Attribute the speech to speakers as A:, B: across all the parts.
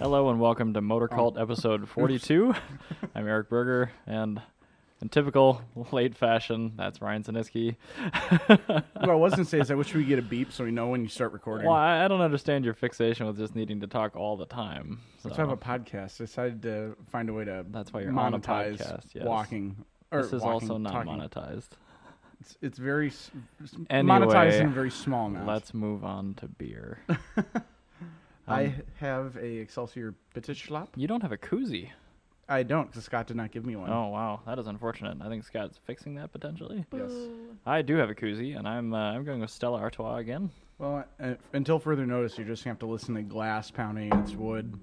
A: Hello and welcome to Motor Cult
B: Oh.
A: episode 42. I'm Eric Berger, and in typical late fashion, that's Ryan Siniski.
B: What I was gonna say is I wish we could get a beep so we know when you start recording.
A: well, I, I don't understand your fixation with just needing to talk all the time. So
B: Let's have a podcast. I decided to find a way to
A: That's why you're on a
B: monetize
A: podcast, yes.
B: walking. Or
A: this is
B: walking,
A: also not
B: talking.
A: monetized.
B: It's, it's very s- s-
A: Anyway,
B: monetized in a very small amount.
A: Let's move on to beer. Um,
B: I have a Excelsior Bitter Schlapp.
A: you don't have a koozie.
B: I don't because Scott did not give me one.
A: Oh wow, that is unfortunate. I think Scott's fixing that potentially.
B: Yes.
A: I do have a koozie, and I'm uh, I'm going with Stella Artois again.
B: Well, uh, until further notice, you're just gonna have to listen to glass pounding against wood.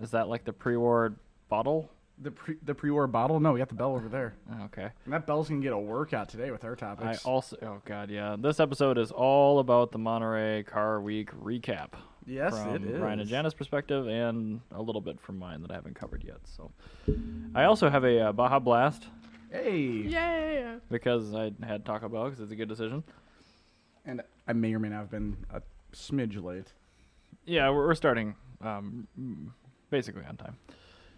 A: Is that like the pre-war bottle?
B: The pre the pre war bottle? No, we got the bell over there.
A: Oh, Okay.
B: And that bell's gonna get a workout today with our
A: I
B: topics.
A: also oh god yeah. This episode is all about the Monterey Car Week recap.
B: yes,
A: from
B: it is.
A: Ryan and Janice's perspective and a little bit from mine that I haven't covered yet. So I also have a uh, Baja Blast
B: Hey.
C: Yeah.
A: because I had Taco Bell because it's a good decision.
B: And I may or may not have been a smidge late.
A: Yeah, we're, we're starting um, mm, basically on time.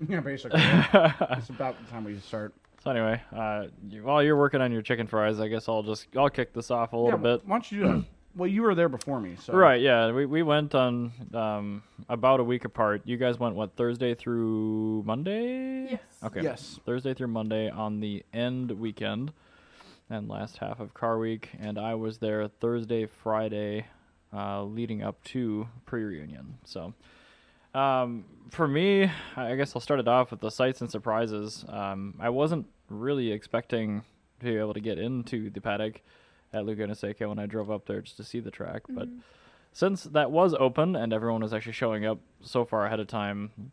B: Yeah, basically. it's about the time we start.
A: So anyway, uh, you, while you're working on your chicken fries, I guess I'll just I'll kick this off a little
B: yeah,
A: bit.
B: Why don't you do that? Well, you were there before me, so
A: Right, yeah, we, we went on um, about a week apart. You guys went what Thursday through Monday?
C: Yes.
A: Okay.
B: Yes.
A: Thursday through Monday on the end weekend, and last half of car week, and I was there Thursday, Friday, uh, leading up to pre-reunion. So, um, for me, I I guess I'll start it off with the sights and surprises. Um, I wasn't really expecting to be able to get into the paddock at Laguna Seca when I drove up there just to see the track, but since that was open and everyone was actually showing up so far ahead of time,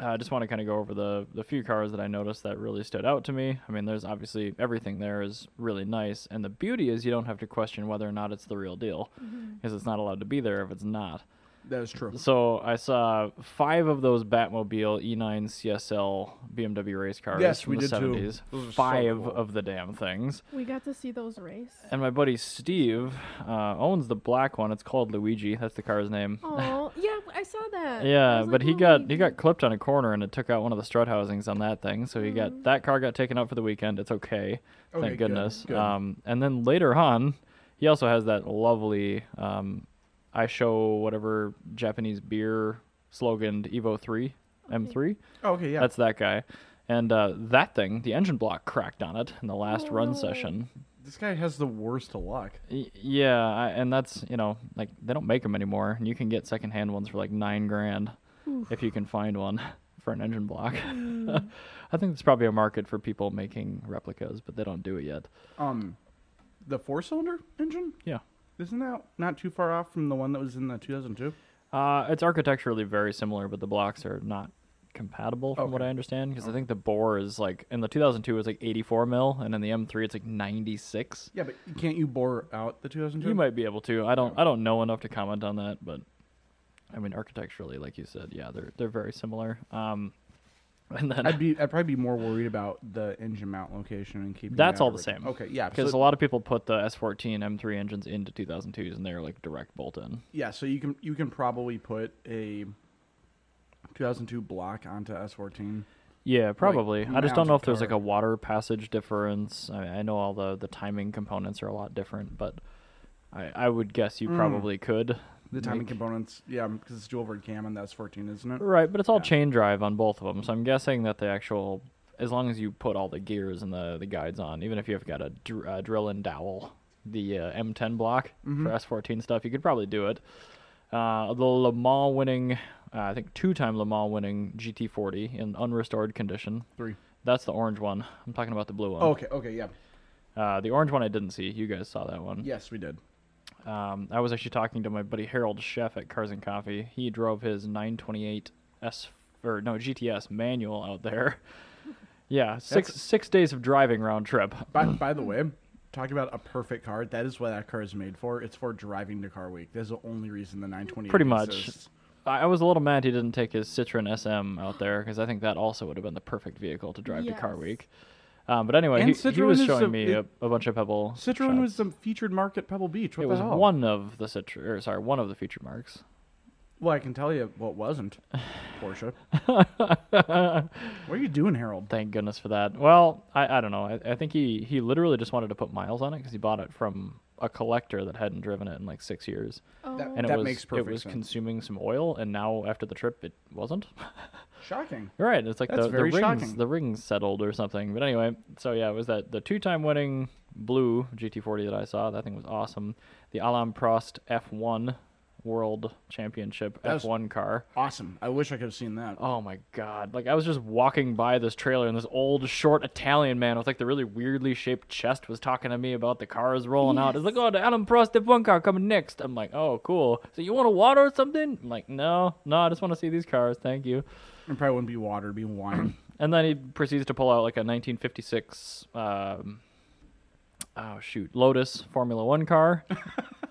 A: Uh, I just want to kind of go over the the few cars that I noticed that really stood out to me. I mean, there's obviously everything there is really nice, and the beauty is you don't have to question whether or not it's the real deal, because it's not allowed to be there if it's not.
B: that is true.
A: So I saw five of those Batmobile E E9 CSL BMW race cars
B: Yes,
A: from
B: we
A: the
B: did too.
A: 70s.
B: Those are so
A: five
B: cool.
A: of the damn things.
C: We got to see those race.
A: And my buddy Steve uh, owns the black one. It's called Luigi. That's the car's name.
C: Oh, yeah, I saw that. I
A: Yeah,
C: was
A: but
C: like,
A: he
C: "Oh,
A: got
C: maybe."
A: he got clipped on a corner and it took out one of the strut housings on that thing. So he
C: Mm-hmm.
A: got that car got taken out for the weekend. It's
B: Okay,
A: okay, thank
B: good,
A: goodness.
B: good.
A: Um, and then later on, he also has that lovely um, I show whatever Japanese beer slogan Evo three M three.
B: Oh, okay, yeah.
A: That's that guy. And uh, that thing, the engine block cracked on it in the last
C: Oh,
A: run
C: no.
A: session.
B: this guy has the worst of luck.
A: Y- Yeah, I, and that's you know like they don't make them anymore, and you can get secondhand ones for like nine grand if you can find one for an engine block. I think there's probably a market for people making replicas, but they don't do it yet.
B: Um, the four-cylinder engine
A: Yeah,
B: isn't that not too far off from the one that was in the 2002?
A: uh, it's architecturally very similar, but the blocks are not compatible from what
B: Okay.
A: I understand because I think the bore is like in the 2002 it was like 84 mil, and in the M3 it's like 96.
B: Yeah, but can't you bore out the 2002?
A: You might be able to. I don't. I don't know enough to comment on that, but I mean, architecturally, like you said, yeah, they're they're very similar. Um, and
B: I'd
A: then
B: be. I'd probably be more worried about the engine mount location and keeping.
A: That's
B: that
A: all the
B: right-
A: same.
B: Okay, yeah.
A: because
B: so-
A: a lot of people put the S14 M3 engines into 2002s, and they're like direct bolt in.
B: Yeah, so you can you can probably put a 2002 block onto S14.
A: Yeah, probably. I just
B: mounted
A: don't know if there's like
B: car.
A: a water passage difference. I, I know all the the timing components are a lot different, but I I would guess you probably could.
B: The timing
A: make-
B: components, yeah, because it's dual board cam on the S14, isn't it?
A: Right, but it's all chain drive on both of them, so I'm guessing that the actual, as long as you put all the gears and the, the guides on, even if you've got a dr- uh, drill and dowel, the uh, M10 block for S14 stuff, you could probably do it. Uh, the Le Mans winning, uh, I think two time Le Mans winning GT40 in unrestored condition.
B: Three.
A: That's the orange one. I'm talking about the blue one.
B: Okay, okay, yeah,
A: Uh, the orange one I didn't see. You guys saw that one.
B: yes, we did.
A: Um, I was actually talking to my buddy Harold Chef at Cars and Coffee. He drove his 928 S or no GTS manual out there. Yeah, six
B: That's-
A: six days of driving round trip.
B: By, by the way, talking about a perfect car, that is what that car is made for. It's for driving to Car Week. That's the only reason the 920
A: Pretty much.
B: exists.
A: I I was a little mad he didn't take his Citroen SM out there because I think that also would have been the perfect vehicle to drive to Car
C: Yes.
A: Week. Um, but anyway,
B: And
A: he, he
B: Citroen
A: was
B: is
A: showing
B: a-
A: me
B: it-
A: a, a bunch of Pebble.
B: Citroen
A: shots.
B: was some featured market Pebble Beach. What
A: it
B: the
A: was
B: hell?
A: one of the Citroen, or sorry, one of the featured marks.
B: Well, I can tell you what wasn't. Porsche. what are you doing, Harold?
A: Thank goodness for that. Well, I, I don't know. I, I think he, he literally just wanted to put miles on it because he bought it from a collector that hadn't driven it in like six years,
C: Oh.
B: That-
A: and it was
B: makes
A: it
B: perfect
A: was
B: sense.
A: consuming some oil, and now after the trip, it wasn't.
B: Shocking.
A: You're right. It's like
B: That's
A: the, the
B: very
A: rings
B: shocking.
A: the rings settled or something. But anyway, so yeah, it was that the two time winning blue GT40 that I saw. That thing was awesome. The Alain Prost F1 World Championship
B: That's-
A: F1 car.
B: Awesome. I wish I could have seen that.
A: Oh my god! Like I was just walking by this trailer, and this old short Italian man with like the really weirdly shaped chest was talking to me about the cars rolling out. It's like,
C: Yes.
A: oh, the Alan Prost F1 car coming next. I'm like, oh, cool. So you want a water or something? I'm like, no, no, I just want to see these cars. Thank you.
B: It probably wouldn't be water, it'd be wine.
A: And then he proceeds to pull out like a 1956, um, oh shoot, Lotus Formula One car,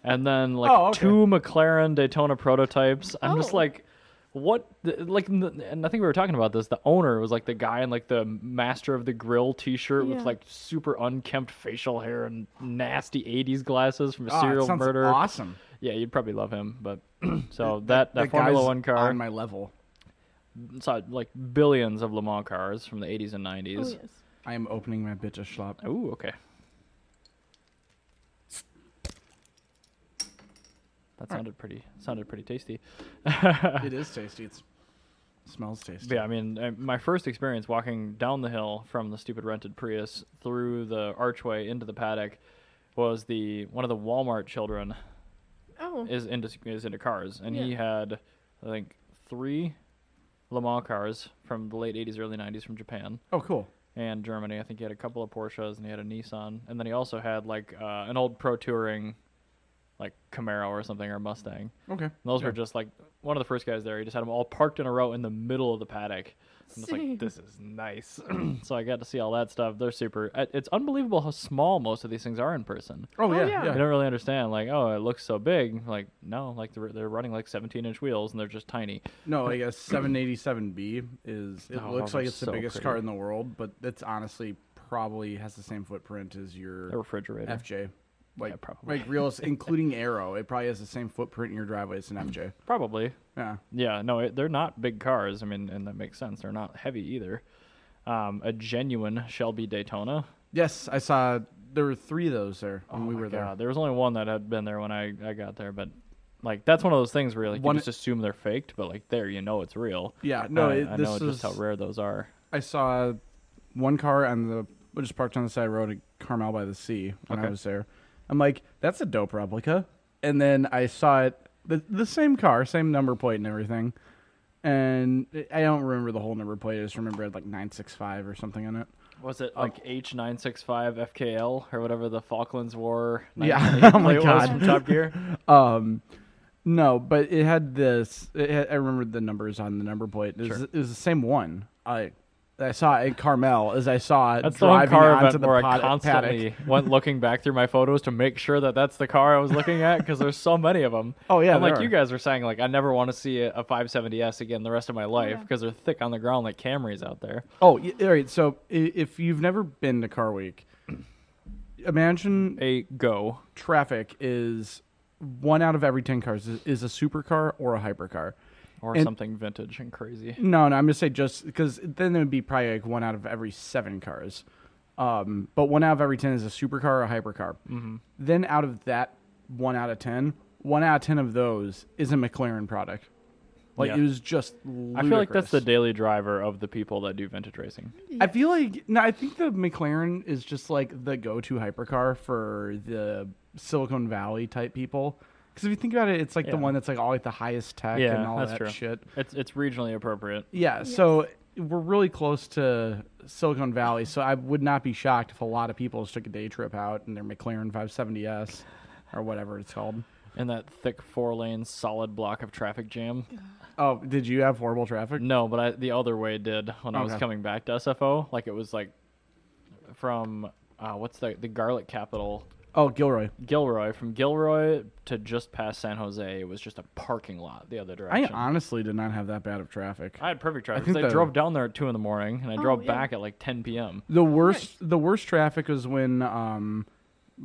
A: and then like
B: Oh, okay.
A: two McLaren Daytona prototypes. I'm just
C: Oh.
A: like, what? The, like, n- and I think we were talking about this. The owner was like the guy in like the Master of the Grill T-shirt with
C: Yeah.
A: like super unkempt facial hair and nasty 80s glasses from a
B: Ah, it
A: serial
B: sounds
A: murder.
B: Awesome.
A: Yeah, you'd probably love him. But so that that, Formula
B: guy's
A: One car
B: on my level.
A: saw like billions of Le Mans cars from the 80s and 90s.
C: Oh, yes.
B: I am opening my bitch a schlop.
A: Ooh, okay. That sounded pretty sounded pretty tasty. but
B: it is tasty. It's smells tasty.
A: yeah, I mean, I, my first experience walking down the hill from the stupid rented Prius through the archway into the paddock was the one of the Walmart children
C: Oh.
A: is into is into cars, and he
C: Yeah.
A: had I think three Le Mans cars from the late '80s, early '90s from Japan.
B: Oh, cool.
A: and Germany. I think he had a couple of Porsches and he had a Nissan, and then he also had like uh, an old pro touring, like Camaro or something or Mustang. And
B: Okay.
A: those
B: Yeah.
A: were just like one of the first guys there. He just had them all parked in a row in the middle of the paddock. I'm just
C: Same.
A: like, this is nice. so I got to see all that stuff. They're super. I- It's unbelievable how small most of these things are in person.
B: Oh,
C: Oh,
B: yeah.
C: yeah.
A: I
B: yeah.
A: don't really understand. Like, oh, it looks so big. Like, no, like they're, they're running like 17 inch wheels and they're just tiny.
B: No, I guess 787B is. It
A: Oh,
B: looks
A: those are
B: like it's
A: so
B: the biggest
A: pretty.
B: car in the world, but it's honestly probably has the same footprint as
A: A
B: your
A: refrigerator.
B: FJ. Like,
A: probably.
B: like real, including Aero, it probably has the same footprint in your driveway as an FJ.
A: Probably.
B: Yeah.
A: Yeah, no, it, they're not big cars. I mean, and that makes sense. They're not heavy either. Um, a genuine Shelby Daytona.
B: Yes, I saw there were three of those there when we
A: Oh my
B: were there.
A: God, there was only one that had been there when I, I got there, but like that's one of those things where like
B: One-
A: you just assume they're faked, but like there you know it's real.
B: Yeah, no,
A: I,
B: it,
A: I
B: this
A: know
B: is
A: just how rare those are.
B: I saw one car on the well, just parked on the side of the road at Carmel by the Sea when
A: Okay.
B: I was there. I'm like, that's a dope replica. And then I saw it the the same car, same number plate and everything. And it- I don't remember the whole number plate. I just remember it had like nine six five or something on it.
A: Was it uh, like H nine six five FKL or whatever the Falklands War?
B: Yeah.
A: 1988
B: Oh my
A: plate was
B: God.
A: from Top Gear.
B: Um, no, but it had this. It had, I remember the numbers on the number plate. It was,
A: Sure.
B: it was the same one. I I saw it at Carmel as I saw it
A: That's the one
B: uh, driving
A: car
B: onto
A: event
B: the
A: where I
B: pod-
A: constantly
B: paddock.
A: went looking back through my photos to make sure that that's the car I was looking at because there's so many of them.
B: Oh, yeah,
A: and like
B: there
A: you
B: are.
A: guys were saying, like I never want to see a, a 570s again the rest of my life because they're thick on the ground like Camrys out there.
B: Oh, y- all right. So i- if you've never been to Car Week, imagine
A: A go.
B: traffic is one out of every ten cars is, is a supercar or a hypercar.
A: Or
B: And- Mm.
A: something vintage and crazy.
B: No, no, I'm gonna say just because then it would be probably like one out of every seven cars. Um, but one out of every ten is a supercar or a hypercar. Mm-hmm. Then out of that one out of ten, one out of ten of those is a McLaren product. Like
A: Yeah.
B: it was just.
A: I feel like that's the
B: ludicrous.
A: daily driver of the people that do vintage racing.
B: I feel like no, I think the McLaren is just like the go-to hypercar for the Silicon Valley type people. Because if you think about it, it's like
A: Yeah.
B: the one that's like all like the highest tech and
A: yeah,
B: all
A: that's
B: that
A: true.
B: shit.
A: It's it's regionally appropriate.
B: Yeah, so we're really close to Silicon Valley, so I would not be shocked if a lot of people just took a day trip out in their McLaren 570s or whatever it's called.
A: In that thick four lane solid block of traffic jam.
B: Oh, did you have horrible traffic?
A: No, but I, the other way did when I was
B: Okay.
A: coming back to SFO. Like it was like from uh, what's the the garlic capital
B: Oh, Gilroy.
A: Gilroy from Gilroy to just past San Jose. It was just a parking lot the other
B: I
A: direction.
B: honestly did not have that bad of traffic.
A: I had perfect traffic. 'cause
B: think
A: I,
B: the-
A: drove down there at two in the morning, and I
C: Oh,
A: drove
C: yeah.
A: back at like 10 p.m.
B: The worst, the worst traffic was when um,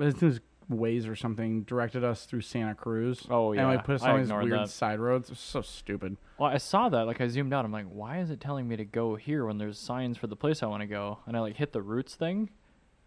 B: I think it was Waze or something directed us through Santa Cruz.
A: Oh,
B: and
A: yeah.
B: like put us
A: I
B: on these
A: ignored
B: weird
A: that.
B: side roads. It was so stupid.
A: Well, I saw that. Like I zoomed out. I'm like, why is it telling me to go here when there's signs for the place I want to go? And I like hit the routes thing,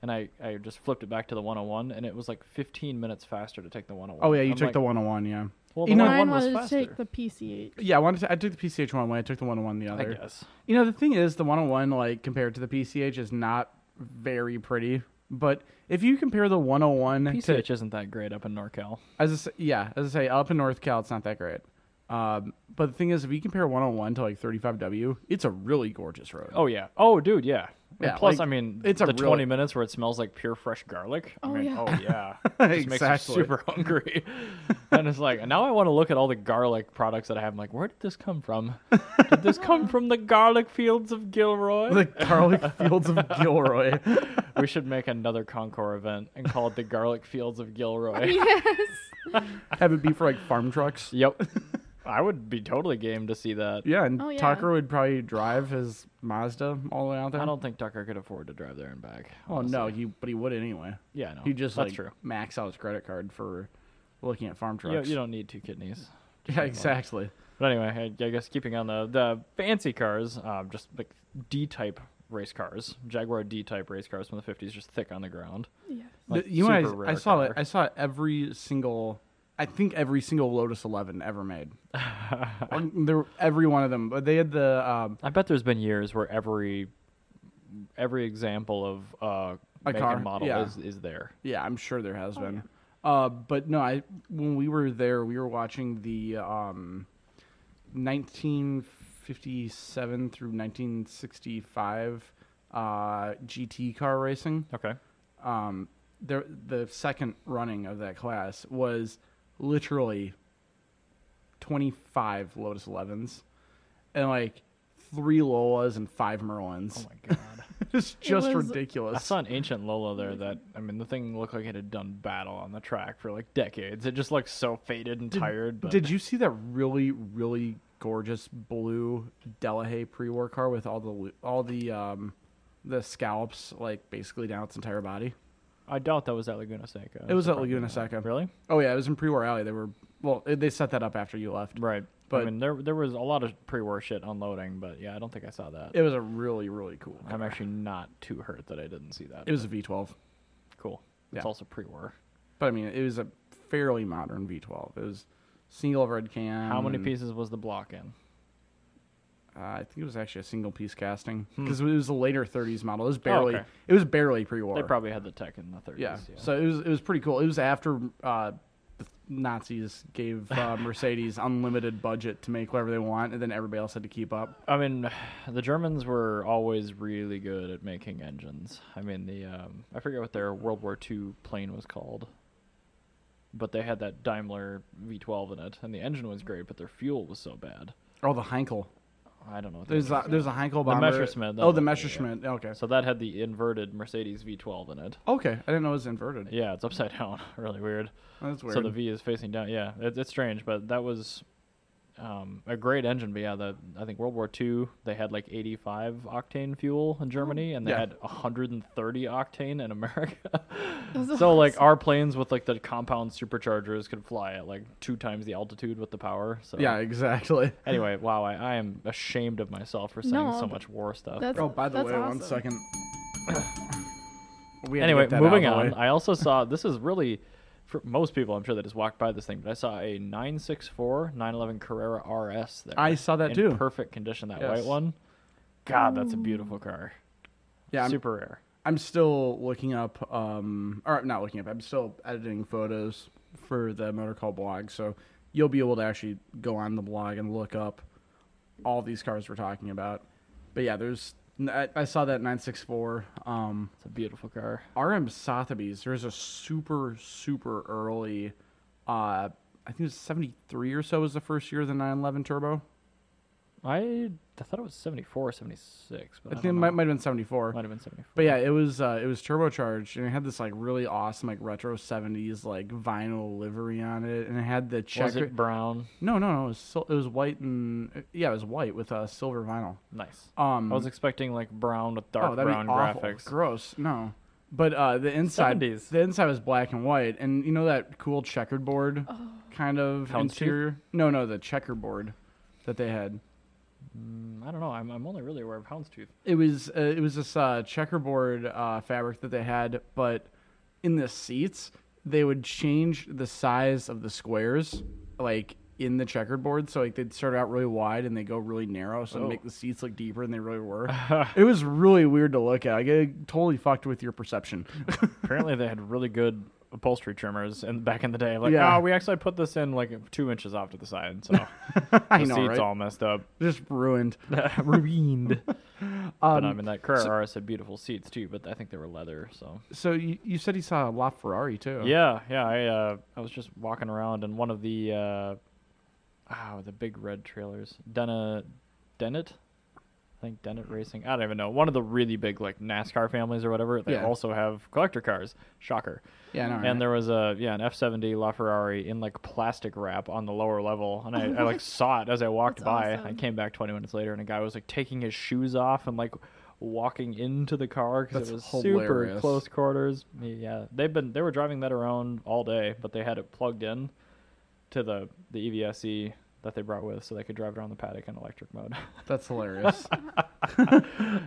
A: and I I just flipped it back to the 101, and it was like 15 minutes faster to take the 101.
B: Oh yeah, you
A: I'm
B: took
A: like,
B: the 101, yeah.
A: Well, the
B: You know-
A: one
C: Ryan
A: was
C: wanted to
A: faster.
C: take the PC8.
B: Yeah, I wanted to, I took the PCH one way, I took the 101 the
A: I
B: other.
A: guess.
B: You know, the thing is the 101 like compared to the PCH is not very pretty, but if you compare the 101 to
A: PCH isn't that great up in NorCal.
B: as I s yeah, as I say up in North Cal it's not that great. Um, but the thing is if you compare 101 to like 35W, it's a really gorgeous road.
A: Oh yeah. Oh dude, yeah. And
B: Yeah,
A: plus,
B: like,
A: I mean,
B: it's
A: it's
B: a
A: the
B: really-
A: 20 minutes where it smells like pure fresh garlic. I
C: Oh,
A: mean,
C: yeah.
A: Oh yeah. Just makes
B: Exactly.
A: you super hungry. and it's like now I want to look at all the garlic products that I have. I'm like, where did this come from? Did this come from the garlic fields of Gilroy?
B: the garlic fields of Gilroy.
A: we should make another Concord event and call it the Garlic Fields of Gilroy.
C: Yes.
B: Have it be for like farm trucks.
A: yep. I would be totally game to see that.
B: Yeah, and
C: Oh, yeah.
B: Tucker would probably drive his Mazda all the way out there.
A: I don't think Tucker could afford to drive there and back.
B: Oh no,
A: honestly.
B: he but he would anyway.
A: Yeah, no.
B: He just
A: that's
B: like
A: true.
B: max out his credit card for looking at farm
A: You,
B: trucks.
A: you don't need two kidneys.
B: yeah, exactly.
A: But anyway, I, I guess keeping on the the fancy cars, um, just like D-type race cars, Jaguar D-type race cars from the '50s, just thick on the ground.
C: yes.
A: Like,
B: The- you know,
A: super
B: I, I
A: rare
B: saw it.
A: car.
B: I saw every single. I think every single Lotus Eleven ever made. Or there, were- every one of them. But they had the um,
A: I bet there's been years where every every example of uh,
B: A
A: make
B: car,
A: and model
B: yeah.
A: is is there.
B: Yeah, I'm sure there has
C: Oh,
B: been. Uh, but no, I when we were there, we were watching the um, 1957 through 1965 uh, GT car racing.
A: Okay.
B: Um, there, the second running of that class was literally 25 Lotus 11s and like three Lolas and five
A: Oh
B: Merlins.
A: my god.
B: it's just
C: was-
B: ridiculous.
A: I saw an ancient Lola there that I mean the thing looked like it had done battle on the track for like decades. It just looked so faded and tired. But
B: Did you see that really, really gorgeous blue Delahaye pre-war car with all the lo- all the um, the scallops like basically down its entire body?
A: I doubt that was at Laguna Seca.
B: It was at
A: Probably
B: Laguna
A: not.
B: Seca.
A: Really?
B: Oh yeah, it was in pre-war alley. They were well, it, they set that up after you left.
A: Right.
B: But-
A: I mean there there was a lot of pre-war shit unloading, but yeah, I don't think I saw that.
B: It was a really, really cool. car.
A: I'm actually not too hurt that I didn't see that.
B: It was a V12,
A: cool. It's
B: Yeah.
A: also pre-war.
B: but I mean, it was a fairly modern V12. It was single overhead cam.
A: How many
B: and,
A: pieces was the block in?
B: Uh, I think it was actually a single piece casting because it was a later 30s model. It was barely,
A: Hmm. Oh, okay.
B: it was barely pre-war.
A: They probably had the tech in the 30s.
B: Yeah. So it was it was pretty cool. It was after uh, the Nazis gave uh, Mercedes unlimited budget to make whatever they want, and then everybody else had to keep up.
A: I mean, the Germans were always really good at making engines. I mean, the um, I forget what their World War II plane was called, but they had that Daimler V12 in it, and the engine was great, but their fuel was so bad.
B: Oh, the Heinkel.
A: I don't know. What the
B: There's
A: engine
B: a,
A: was
B: there's a Heinkel bomber.
A: Messerschmitt, that
B: Oh, the
A: one, yeah.
B: Messerschmitt. Okay.
A: called. so that had the inverted Mercedes V12 in it.
B: Okay, I didn't know it was inverted.
A: Yeah, it's upside down. really weird.
B: That's weird.
A: So the V is facing down. Yeah, it, it's strange, but that was um, a great engine. But yeah, the, I think World War II, they had like 85 octane fuel in Germany, and they
B: Oh, Yeah.
A: had 130 octane in America.
C: That's
A: so like
C: awesome.
A: our planes with like the compound superchargers could fly at like two times the altitude with the power. So
B: yeah, exactly.
A: Anyway, wow, I, I am ashamed of myself for saying
C: No,
A: so
C: but
A: much war stuff.
C: that's-
B: Oh, by the
C: That's
B: way, one
C: awesome.
B: second. We had to
A: anyway,
B: get that out of
A: moving
B: the
A: on.
B: way.
A: I also saw this is really for most people. I'm sure that just walked by this thing, but I saw a 964 911 Carrera RS there.
B: I saw that
A: in
B: too.
A: Perfect condition. That white
B: Yes.
A: one. God, that's a beautiful car.
B: Yeah, I'm,
A: super rare.
B: I'm still looking up, um, or not looking up. I'm still editing photos for the Motor Call blog, so you'll be able to actually go on the blog and look up all these cars we're talking about. But yeah, there's I, I saw that 964 um,
A: It's a beautiful car.
B: RM Sotheby's. There's a super super early, uh, I think it was 73 or so was the first year of the 911 Turbo.
A: I, I thought it was 74 or 76. But
B: I
A: I
B: think it
A: don't
B: might,
A: know.
B: might have been 74.
A: Might have been 74.
B: But yeah, it was uh, it was turbocharged and it had this like really awesome like retro 70s like vinyl livery on it and it had the
A: was
B: checker
A: it brown?
B: No, no, no, it was sil- it was white and yeah, it was white with uh, silver vinyl.
A: Nice.
B: Um
A: I Oh, was expecting like brown with dark
B: oh, that'd
A: brown
B: be awful.
A: graphics.
B: Gross. No. But uh, the inside
A: 70s.
B: the inside was black and white and you know that cool checkered board kind of
A: Houndstooth?
B: interior? No, no, the checkerboard that they had.
A: Mm, I don't know. I'm, I'm only really aware of houndstooth.
B: it was uh, it was this uh, checkerboard uh, fabric that they had, but in the seats they would change the size of the squares, like in the checkerboard. So like they'd start out really wide and they go really narrow, so
A: Oh.
B: make the seats look deeper than they really were. it was really weird to look at. Like, it totally fucked with your perception.
A: Apparently, they had really good upholstery trimmers and back in the day. Like,
B: Yeah.
A: oh, we actually put this in like two inches off to the side, so
B: I
A: the
B: know,
A: seat's
B: right?
A: all messed up,
B: Just ruined.
A: ruined. but I
B: Um,
A: mean, that Carrera RS had beautiful seats too, but I think they were leather. So
B: So you, you said he saw a LaFerrari too.
A: yeah, yeah. I uh, I was just walking around and one of the uh, oh, the big red trailers, Dena, Dennett. I think Dennett Racing. I don't even know. One of the really big like NASCAR families or whatever. They
B: Yeah.
A: also have collector cars. Shocker.
B: Yeah. I know, right?
A: and there was a yeah an F seventy LaFerrari in like plastic wrap on the lower level, and I, I like saw it as I walked
C: That's
A: by. I
C: awesome.
A: came back twenty minutes later, and a guy was like taking his shoes off and like walking into the car
B: That's
A: because it was super
B: hilarious.
A: close quarters. Yeah, they've been they were driving that around all day, but they had it plugged in to the the E EVSE that they brought with, so they could drive around the paddock in electric mode.
B: that's hilarious.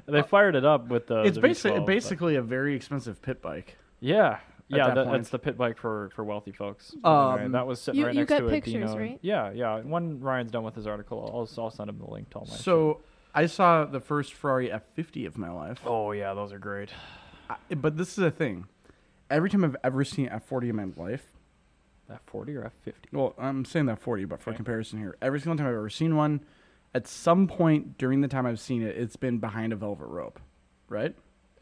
A: they fired it up with the
B: Uh, it's
A: the
B: basically
A: V12, but-
B: basically a very expensive pit bike.
A: Yeah. Yeah,
B: that
A: that,
B: point.
A: that's the pit bike for, for wealthy folks.
B: Um,
A: Anyway, that was sitting
C: You-
A: right
C: you
A: next
C: got
A: to a
C: pictures,
A: Dino.
C: right?
A: Yeah, yeah. When Ryan's done with his article, I'll, I'll send him the link to all Oh my.
B: So I saw the first Ferrari F50 of my life.
A: shit. oh yeah, those are great.
B: I- but this is a thing. Every time I've ever seen F40 in my life,
A: F forty or F fifty?
B: well, I'm saying that 40, but for
A: Okay.
B: comparison here, every single time I've ever seen one, at some point during the time I've seen it, it's been behind a velvet rope, right?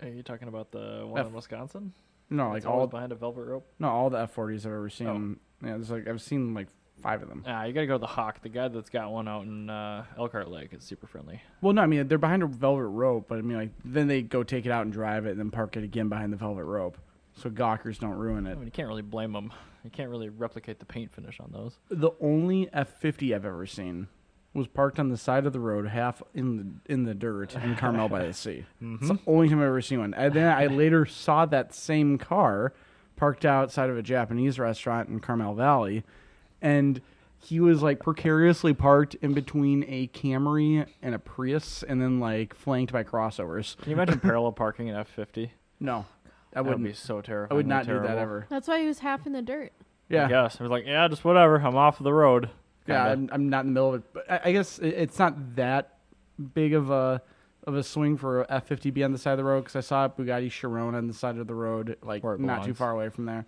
A: Are you talking about the one
B: F-
A: in Wisconsin?
B: No, like
A: It's
B: all
A: always Oh. behind a velvet rope.
B: no all the F40s I've ever seen. Yeah, there's like I've seen like five of them.
A: Ah, you gotta go to the Hawk. The guy that's got one out in uh, Elkhart Lake is super friendly.
B: Well, no, I mean they're behind a velvet rope, but I mean like then they go take it out and drive it, and then park it again behind the velvet rope, so gawkers don't ruin
A: I
B: it.
A: mean, you can't really blame him. You can't really replicate the paint finish on those.
B: The only F50 I've ever seen was parked on the side of the road, half in the in the dirt in Carmel by the Sea. It's
A: Mm-hmm.
B: the only time I've ever seen one. And then I later saw that same car parked outside of a Japanese restaurant in Carmel Valley, and he was like precariously parked in between a Camry and a Prius, and then like flanked by crossovers.
A: Can you imagine parallel parking in F fifty?
B: No, I
A: That would be
B: wouldn't.
A: so terrifying.
B: I would not do that ever.
C: That's why he was half in the dirt.
A: Yeah. I
B: Yeah,
A: guess. I was like, yeah, just whatever. I'm off the road.
B: yeah,
A: Kinda.
B: I'm, I'm not in the middle of it. But I, I guess it, it's not that big of a of a swing for a F50B on the side of the road because I saw a Bugatti Chiron on the side of the road, like
A: Where it
B: not too
A: belongs.
B: far away from there,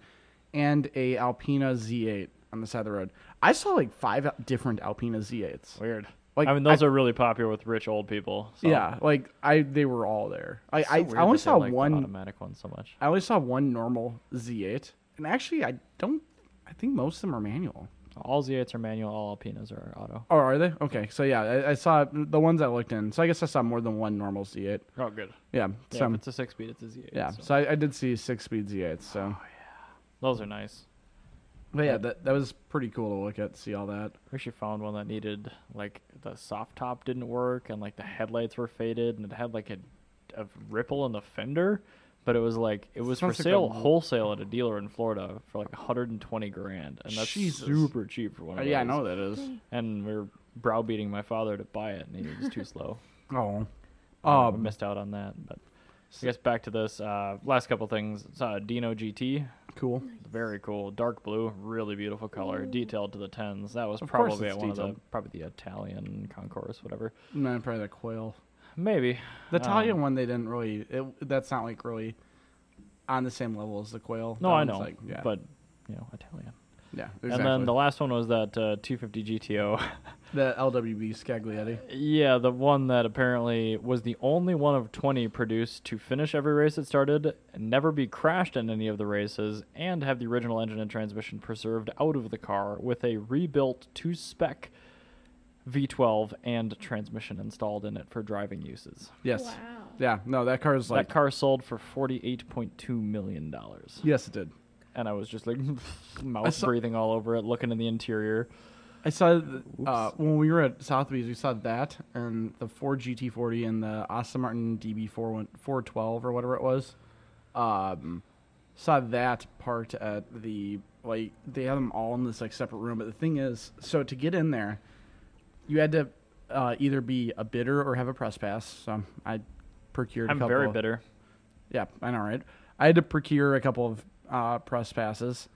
B: and a Alpina Z8 on the side of the road. I saw like five al- different Alpina Z8s.
A: Weird.
B: Like,
A: I mean, those are really popular with rich old people. So.
B: yeah, like I they were all there. I
A: It's so
B: I,
A: weird
B: I only
A: that they
B: saw
A: like the
B: one.
A: automatic one so much.
B: I only saw one normal Z8, and actually I don't. I think most of them are manual.
A: All Z8s are manual. All Alpinas are auto.
B: Oh, are they? Okay, so yeah, I, I saw the ones I looked in. So I guess I saw more than one normal Z8.
A: Oh, good.
B: Yeah,
A: Yeah,
B: so
A: if it's a six Oh, speed, it's a Z8.
B: yeah,
A: so-
B: so I, I did see six speed Z8s. So,
A: those are nice.
B: but yeah, that that was pretty cool to look at, see all that.
A: I actually found one that needed like the soft top didn't work and like the headlights were faded and it had like a, a ripple in the fender, but it was like it was for
B: Sounds like
A: sale
B: a-
A: wholesale at a dealer in Florida for like 120 grand and that's
B: Jesus.
A: super cheap for one.
B: Uh,
A: Of
B: yeah, I
A: those.
B: know that is.
A: And we were browbeating my father to buy it and he was too slow.
B: Oh,
A: I
B: Um,
A: missed out on that, but I guess back to this uh, last couple things. Saw a Dino GT,
B: cool.
A: very cool, dark blue, really beautiful color, detailed to the tens. That was
B: Of course
A: probably
B: it's
A: at one of the
B: detailed.
A: probably the Italian concourse, whatever.
B: No, probably the coil.
A: Maybe
B: The Italian
A: Um,
B: one they didn't really. It, that's not like really on the same level as the coil.
A: No,
B: That
A: I
B: one's
A: know,
B: like- yeah,
A: but you know, Italian.
B: yeah, exactly.
A: And then the last one was that uh, 250 GTO.
B: the LWB Scaglietti.
A: Yeah, the one that apparently was the only one of 20 produced to finish every race it started, and never be crashed in any of the races, and have the original engine and transmission preserved out of the car with a rebuilt to spec V12 and transmission installed in it for driving uses.
B: Yes.
C: Wow.
B: Yeah. No, that car is like.
A: that car sold for 48.2 million dollars.
B: Yes, it did.
A: And I was just like mouse breathing all over it, looking in the interior.
B: I saw th- uh, when we were at Sotheby's, we saw that and the Ford GT40 and the Aston Martin DB4 412 or whatever it was. Um, saw that parked at the like they had them all in this like separate room. But the thing is, so to get in there, you had to uh, either be a bidder or have a press pass. So I procured. a
A: I'm
B: couple
A: very
B: of-
A: bitter.
B: Yeah, I know, right? I had to procure a couple of uh, press passes,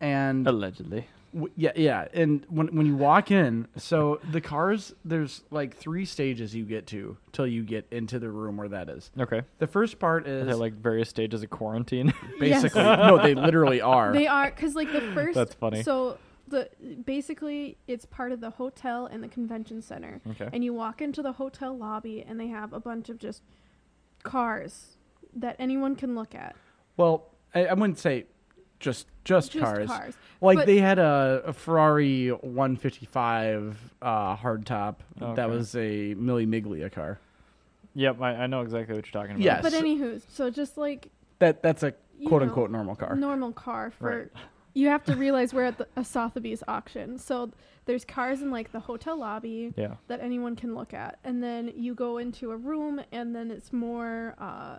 B: and
A: Allegedly.
B: W- yeah, yeah. And when when you walk in, so the cars, there's like three stages you get to till you get into the room where that is.
A: Okay.
B: The first part
A: Are
B: is
A: there like various stages of quarantine?
B: basically
C: Yes.
B: no, they literally are.
C: They are because like the first.
A: That's funny.
C: So the basically it's part of the hotel and the convention center,
A: okay.
C: and you walk into the hotel lobby and they have a bunch of just cars that anyone can look at.
B: well, I, I wouldn't say just just,
C: Just
B: cars.
C: cars.
B: Like
C: But-
B: they had a, a Ferrari 155 uh, hardtop
A: Okay.
B: that was a Milli Miglia car.
A: Yep, I, I know exactly what you're talking about.
B: Yes.
C: But anywho, so just like
B: That that's a
C: You
B: quote
C: know,
B: unquote normal car.
C: normal car for
A: Right.
C: you have to realize we're at the, a Sotheby's auction. So there's cars in like the hotel lobby
A: Yeah.
C: that anyone can look at, and then you go into a room, and then it's more uh,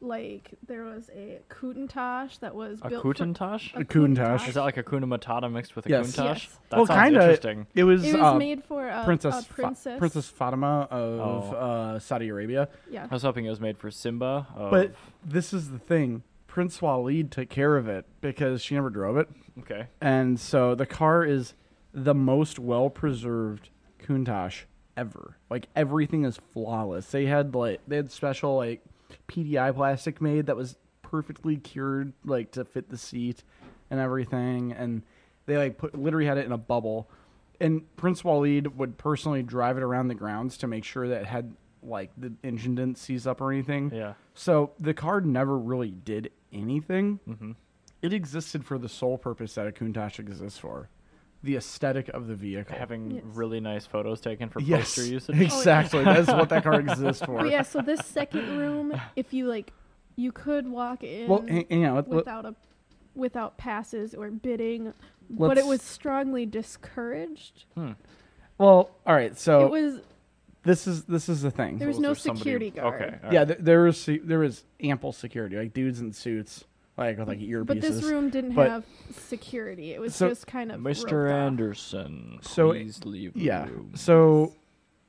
C: like there was a Coutintash that was
A: A
C: built for-
A: Coutintash?
B: A Coutintash.
A: Is that like a Kuna Matata mixed with a
B: Yes.
A: Coutintash?
C: Yes.
A: That
B: well,
A: sounds
B: kind of.
A: interesting.
B: It was,
C: It was
B: uh,
C: made for a
B: Princess
C: princess.
B: Fa-
C: A princess.
B: Princess Fatima of
A: Oh.
B: uh, Saudi Arabia.
C: Yeah.
A: I was hoping it was made for Simba. Of,
B: But this is the thing. Prince Walid took care of it because she never drove it.
A: okay.
B: And so the car is the most well preserved Countach ever. Like everything is flawless. They had like they had special like PDI plastic made that was perfectly cured like to fit the seat and everything and they like put literally had it in a bubble. And Prince Walid would personally drive it around the grounds to make sure that it had like the engine didn't seize up or anything.
A: Yeah.
B: So the card never really did anything.
A: Mhm.
B: It existed for the sole purpose that a Countach exists for the aesthetic of the vehicle.
A: Having
C: Yes.
A: really nice photos taken for
B: yes,
A: poster usage.
B: exactly. That's what that car exists for.
C: But Oh, yeah. So this second room, if you like, you could walk in
B: Well, h- hang on. let- let-
C: without a without passes or bidding, but
B: Let's-
C: it was strongly discouraged.
A: Hmm.
B: well, all right. So
C: it was
B: this is this is the thing.
C: There was
A: Was
C: no
A: there somebody-
C: security guard.
A: Okay. all
B: yeah,
A: right.
B: th- there was se- there was ample security, like dudes in suits, like with like earpieces.
C: but this room didn't
B: But-
C: have security. It was
B: So-
C: just kind of
A: Mr.
C: roped off.
A: Anderson,
B: So-
A: please leave the
B: Yeah.
A: room.
B: So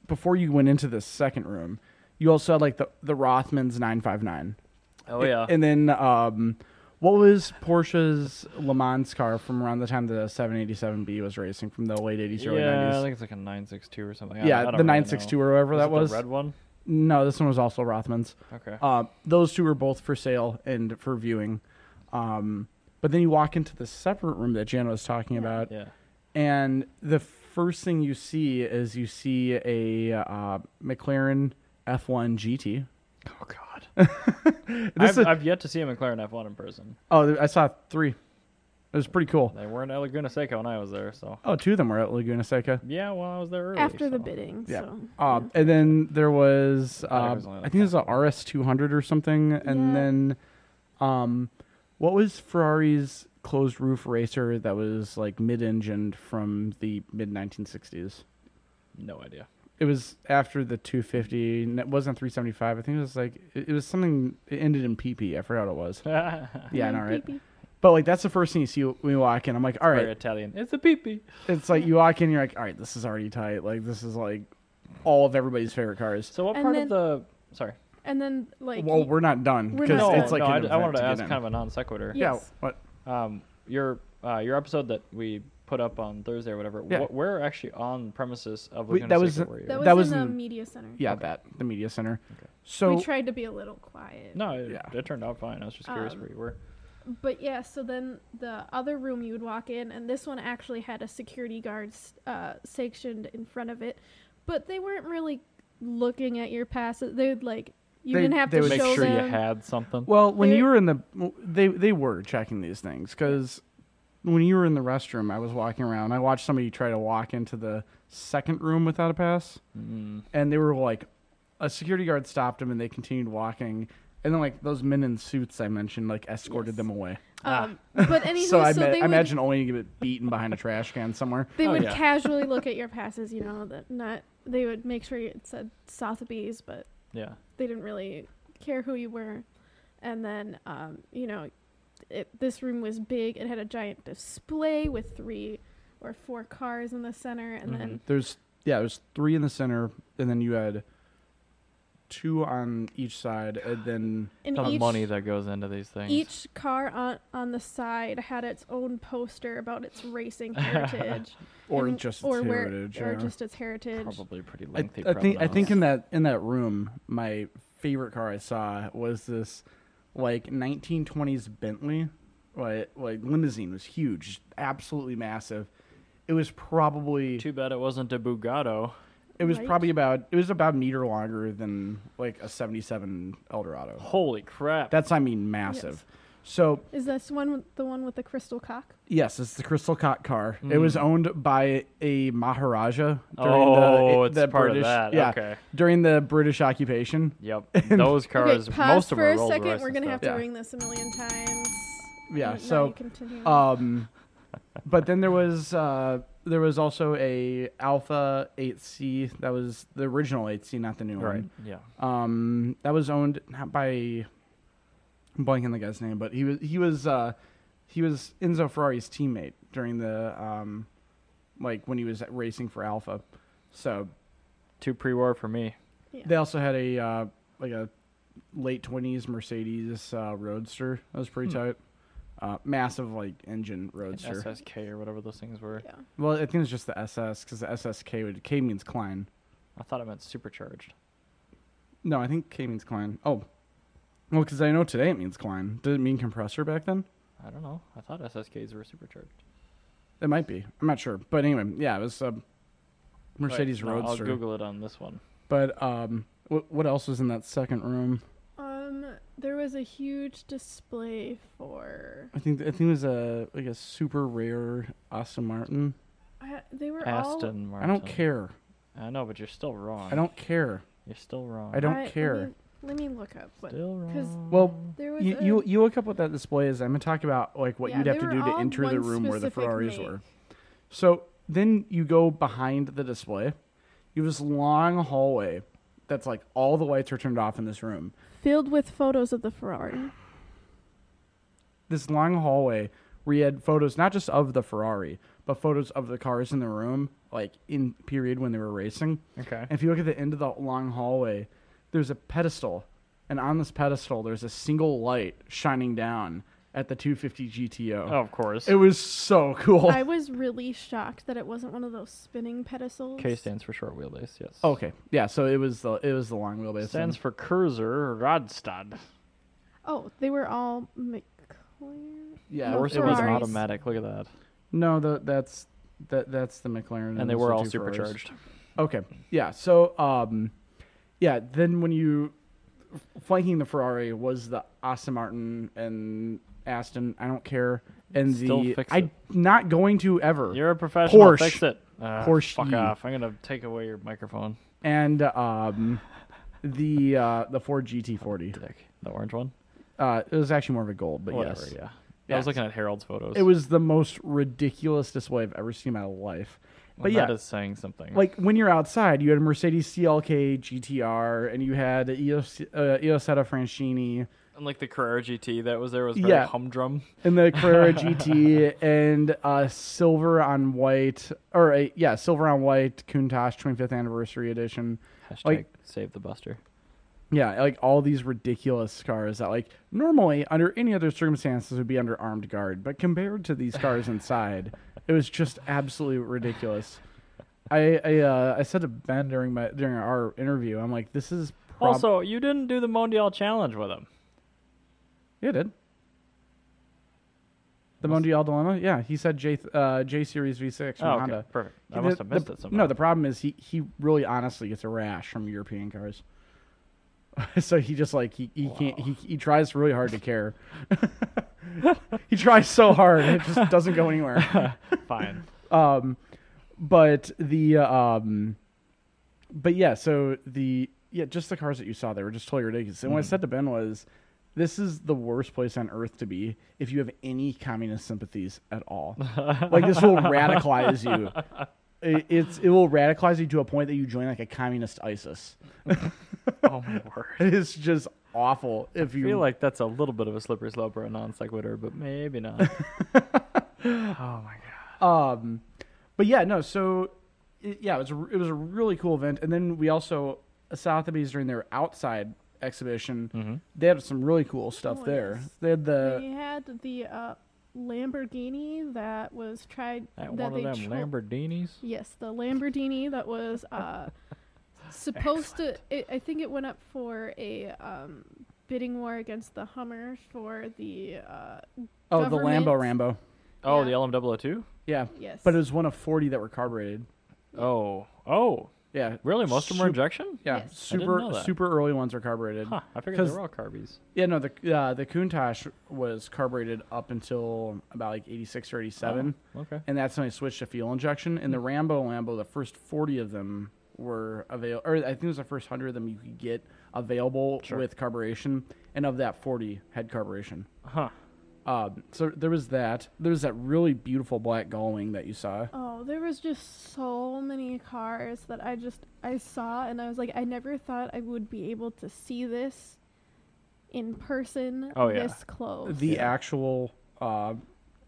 B: before you went into this second room, you also had like the the Rothmans 959.
A: Oh yeah.
B: And then um what was Porsche's Le Mans car from around the time the 787B was racing from the late 80s early
A: yeah, I
B: 90s?
A: think it's like a 962 or something. I- I
B: yeah,
A: don't
B: the
A: really
B: 962
A: know.
B: or whatever
A: Is
B: that
A: it
B: was.
A: The red one.
B: No, this one was also Rothman's.
A: Okay.
B: Uh, those two were both for sale and for viewing. Um, but then you walk into the separate room that Jan was talking about,
A: yeah.
B: and the first thing you see is you see a uh, McLaren F1 GT.
A: Oh God. I've,
B: is-
A: I've yet to see a McLaren F1 in person.
B: Oh, th- I saw three. It was pretty cool.
A: They weren't at Laguna Seca when I was there, so
B: Oh, two of them were at Laguna Seca.
A: yeah. Well, I was there early.
C: after the
A: so.
C: bidding.
B: Yeah.
C: So
B: Uh, and then there was,
A: I think it
B: uh,
A: Oh, was only
B: I
A: like
B: think it was a RS 200 or something. And
C: Yeah.
B: then, um, what was Ferrari's closed roof racer that was like mid engined from the mid 1960s?
A: No idea.
B: It was after the 250, and it wasn't 375. I think it was like, it, it was something, it ended in PP. I forgot what it was. Yeah,
C: Mm,
B: all right.
C: beep, beep.
B: But like, that's the first thing you see when you walk in. I'm like, all
A: Very
B: right.
A: Italian. It's a peepee.
B: It's like you walk in, you're like, all right, this is already tight. Like, this is like all of everybody's favorite cars.
A: So what
C: And
A: part
C: then-
A: of the? Sorry.
C: And then like
B: well,
C: y-
B: we're not done
C: we're
B: because
C: not
A: No,
C: done.
B: it's like
A: no,
B: an
A: I, I
B: event
A: wanted
B: to
A: to
B: get
A: ask
B: in.
A: kind of a non sequitur.
C: Yeah.
B: Yeah.
C: Yes.
B: What?
A: Um, your uh, your episode that we put up on Thursday or whatever.
B: Yeah.
A: wh- we're actually on premises of
B: We-
A: Laguna
B: that was-
A: Seca. were you?
C: that was
B: that was
C: in the
B: in-
C: media center.
B: Yeah, that the media center.
A: Okay.
B: So
C: we tried to be a little quiet.
A: No, it,
B: Yeah.
A: it turned out fine. I was just curious
C: Um,
A: where you were.
C: But yeah, so then the other room you would walk in, and this one actually had a security guard s- uh, sectioned in front of it, but they weren't really looking at your passes. They'd like you
B: They-
C: didn't have
B: they
C: to
B: would
A: Make
C: show
A: sure
C: them.
A: you had something.
B: well, when
C: They-
B: you were in the, they they were checking these things because when you were in the restroom, I was walking around. I watched somebody try to walk into the second room without a pass,
A: Mm,
B: and they were like, a security guard stopped them, and they continued walking. And then like those men in suits I mentioned, like escorted
C: Yes.
B: them away. Ah.
C: Um, but anyway,
B: so
C: so,
B: I, ma-
C: they
B: I
C: would,
B: imagine only get beaten behind a trash can somewhere.
C: they
A: Oh,
C: would
A: yeah.
C: casually look at your passes. You know, that not they would make sure it said Sotheby's, but
A: Yeah.
C: they didn't really care who you were. And then, um, you know, it, this room was big. It had a giant display with three or four cars in the center, and then
B: There's yeah, there's three in the center, and then you had two on each side, and then
C: in
A: ton
C: each
A: Mm-hmm. of money that goes into these things.
C: each car on on the side had its own poster about its racing heritage,
B: or
C: and-
B: just
C: or
B: its
C: where-
B: heritage,
C: or
B: yeah.
C: just its heritage.
A: probably pretty
B: I,
A: lengthy.
B: I think I think in
A: provenance.
B: that in that room, my favorite car I saw was this like 1920s Bentley, like like limousine was huge, absolutely massive. It was probably
A: Too bad it wasn't a Bugato.
B: it was
C: Right.
B: probably about it was about a meter longer than like a 77 Eldorado.
A: Holy crap!
B: That's I
C: Oh,
B: mean massive. So
C: Is this one with- the one with the crystal cock?
B: Yes, it's the Crystal Cot car. It
A: Mm.
B: was owned by a Maharaja.
A: Oh, it's part of
B: British,
A: that.
B: Yeah,
A: Okay.
B: during the British occupation.
A: yep. Those cars.
C: okay, pause
A: most of them
C: for a
A: are Rolls
C: second.
A: Royce
C: We're
A: and
C: gonna have
A: stuff.
C: to
B: Yeah.
C: ring this a million times.
B: Yeah,
C: Now
B: so,
C: you continue.
A: uh,
B: Um, but then there was uh, there was also a Alpha 8C. That was the original 8C, not the new
A: Right.
B: one.
A: Yeah.
B: Um, that was owned not by I'm blanking on the guy's name, but he was he was uh, he was Enzo Ferrari's teammate during the um, like when he was racing for Alpha. So
A: Too pre-war for me.
C: Yeah.
B: They also had a uh, like a late twenties Mercedes uh, Roadster. That was pretty tight. Uh, massive like engine
A: An
B: Roadster.
A: SSK or whatever those things were.
C: yeah.
B: Well, I think it's just the SS because the SSK would K means Klein.
A: I thought it meant supercharged.
B: No, I think K means Klein. Oh, well, because I know today it means Klein. Did it mean compressor back then?
A: I don't know. I thought SSKs were supercharged.
B: It might be. I'm not sure. But anyway, yeah, it was a Mercedes
A: Right, no,
B: Roadster.
A: I'll Google it on this one.
B: But um, what what else was in that second room?
C: Um, there was a huge display for.
B: I think I think it was a like a super rare Aston Martin.
C: I, they were all.
A: Aston Martin.
B: I don't care.
A: I know, but you're still wrong.
B: I don't care.
A: You're still wrong.
B: I don't
C: I-
B: care.
C: Let me, let me look up what.
A: Still
C: Because
A: wrong.
B: Well,
C: there was
B: you,
C: a,
B: you you look up what that display is. I'm gonna talk about like what
C: Yeah,
B: you'd have
C: they
B: to
C: were
B: do to
C: all
B: enter the
C: one
B: room where the
C: specific
B: Ferraris
C: make.
B: were. So then you go behind the display. You have this long hallway that's like all the lights are turned off in this room.
C: filled with photos of the Ferrari.
B: This long hallway where you had photos not just of the Ferrari, but photos of the cars in the room, like in period when they were racing.
A: okay.
B: And if you look at the end of the long hallway, there's a pedestal. And on this pedestal, there's a single light shining down at the 250 GTO.
A: Oh, of course.
B: It was so cool.
C: I was really shocked that it wasn't one of those spinning pedestals.
A: K stands for short wheelbase. Yes.
B: okay, yeah. So it was the it was the long wheelbase.
A: Stands
B: one.
A: for Cruiser Rodstad.
C: Oh, they were all McLaren.
B: yeah.
C: No,
A: Or
B: it
A: so it was an
C: Ferraris.
A: automatic. Look at that.
B: no, the, that's that that's the McLaren.
A: And they
B: Mm, those
A: were
B: are
A: all
B: two Ferraris.
A: supercharged.
B: Okay, yeah. So um, yeah. Then when you flanking the Ferrari was the Aston Martin and Aston. I don't care. And
A: Still
B: the
A: fix
B: I'm
A: it.
B: not going to ever.
A: You're a professional.
B: Porsche.
A: Fix it. Uh,
B: Porsche.
A: Fuck off. I'm gonna take away your microphone.
B: and um, the uh, the Ford GT40.
A: Dick. The orange one.
B: Uh, it was actually more of a gold, but
A: Whatever.
B: yes,
A: Yeah. I
B: Yes.
A: was looking at Harold's photos.
B: it was the most ridiculous display I've ever seen in my life.
A: Well,
B: But
A: that
B: yeah,
A: is saying something.
B: like when you're outside, you had a Mercedes CLK GTR, and you had a EOS, uh, Eosetta Francini,
A: and like the Carrera GT that was there was very
B: Yeah.
A: humdrum.
B: and the Carrera GT, and a silver on white, or a, yeah, silver on white Countach 25th anniversary edition.
A: Hashtag
B: Like-
A: save the Buster.
B: Yeah, like all these ridiculous cars that like normally under any other circumstances would be under armed guard, but compared to these cars inside, it was just absolutely ridiculous. I I, uh, I said to Ben during my during our interview, I'm like, this is prob-
A: also, you didn't do the Mondial challenge with him.
B: yeah, it did. The Mondial Dilemma, yeah, he said J uh, J Series V6 from
A: Oh,
B: Honda.
A: okay. Perfect. I
B: The-
A: must have missed
B: the,
A: it somehow.
B: No, the problem is he he really honestly gets a rash from European cars. so he just like he, he can't he, he tries really hard to care. he tries so hard, it just doesn't go anywhere.
A: Fine.
B: um but the um but yeah so the yeah just the cars that you saw they were just totally ridiculous and
A: Mm.
B: what i said to ben was this is the worst place on earth to be if you have any communist sympathies at all like this will radicalize you it, it's it will radicalize you to a point that you join like a communist isis
A: Oh my word.
B: it's just awful if you
A: I feel like that's a little bit of a slippery slope or a non sequitur, but maybe not. oh my god.
B: Um, but yeah, no. So it, yeah, it was a, it was a really cool event, and then we also Sotheby's during their outside exhibition, they had some really cool stuff
C: Oh,
B: there.
C: yes.
B: They had
C: they
B: the
C: had the uh, Lamborghini that was tried
A: That
C: that
A: one
C: they
A: of them
C: tro-
A: Lamborghinis.
C: Yes, the Lamborghini that was uh, supposed to. It, I think it went up for a um, bidding war against the Hummer for the. Uh,
B: oh the Lambo
C: government-
B: Rambo,
A: Oh,
C: Yeah.
A: the LM002?
B: yeah.
C: Yes.
B: But it was one of forty that were carbureted.
A: Oh. Oh.
B: Yeah,
A: Really? Most of them
B: Sup-
A: are injection?
B: Yeah,
C: Yes. I
A: didn't know
B: super
A: that.
B: super early ones are carbureted.
A: Huh. I figured they
B: 'Cause-
A: were all carbies.
B: Yeah, no, the uh, the Countach was carbureted up until about like eighty six or eighty seven.
A: Okay.
B: and that's when I switched to fuel injection. And the Rambo Lambo, the first 40 of them were available, or I think it was the first 100 of them you could get available
A: Sure.
B: with carburation. And of that, 40 had carburation.
A: Huh.
B: Um, so there was that. There was that really beautiful black gullwing that you saw.
C: Oh, there was just so many cars that I just I saw and I was like I never thought I would be able to see this in person
A: Oh, yeah.
C: this close.
B: The actual uh,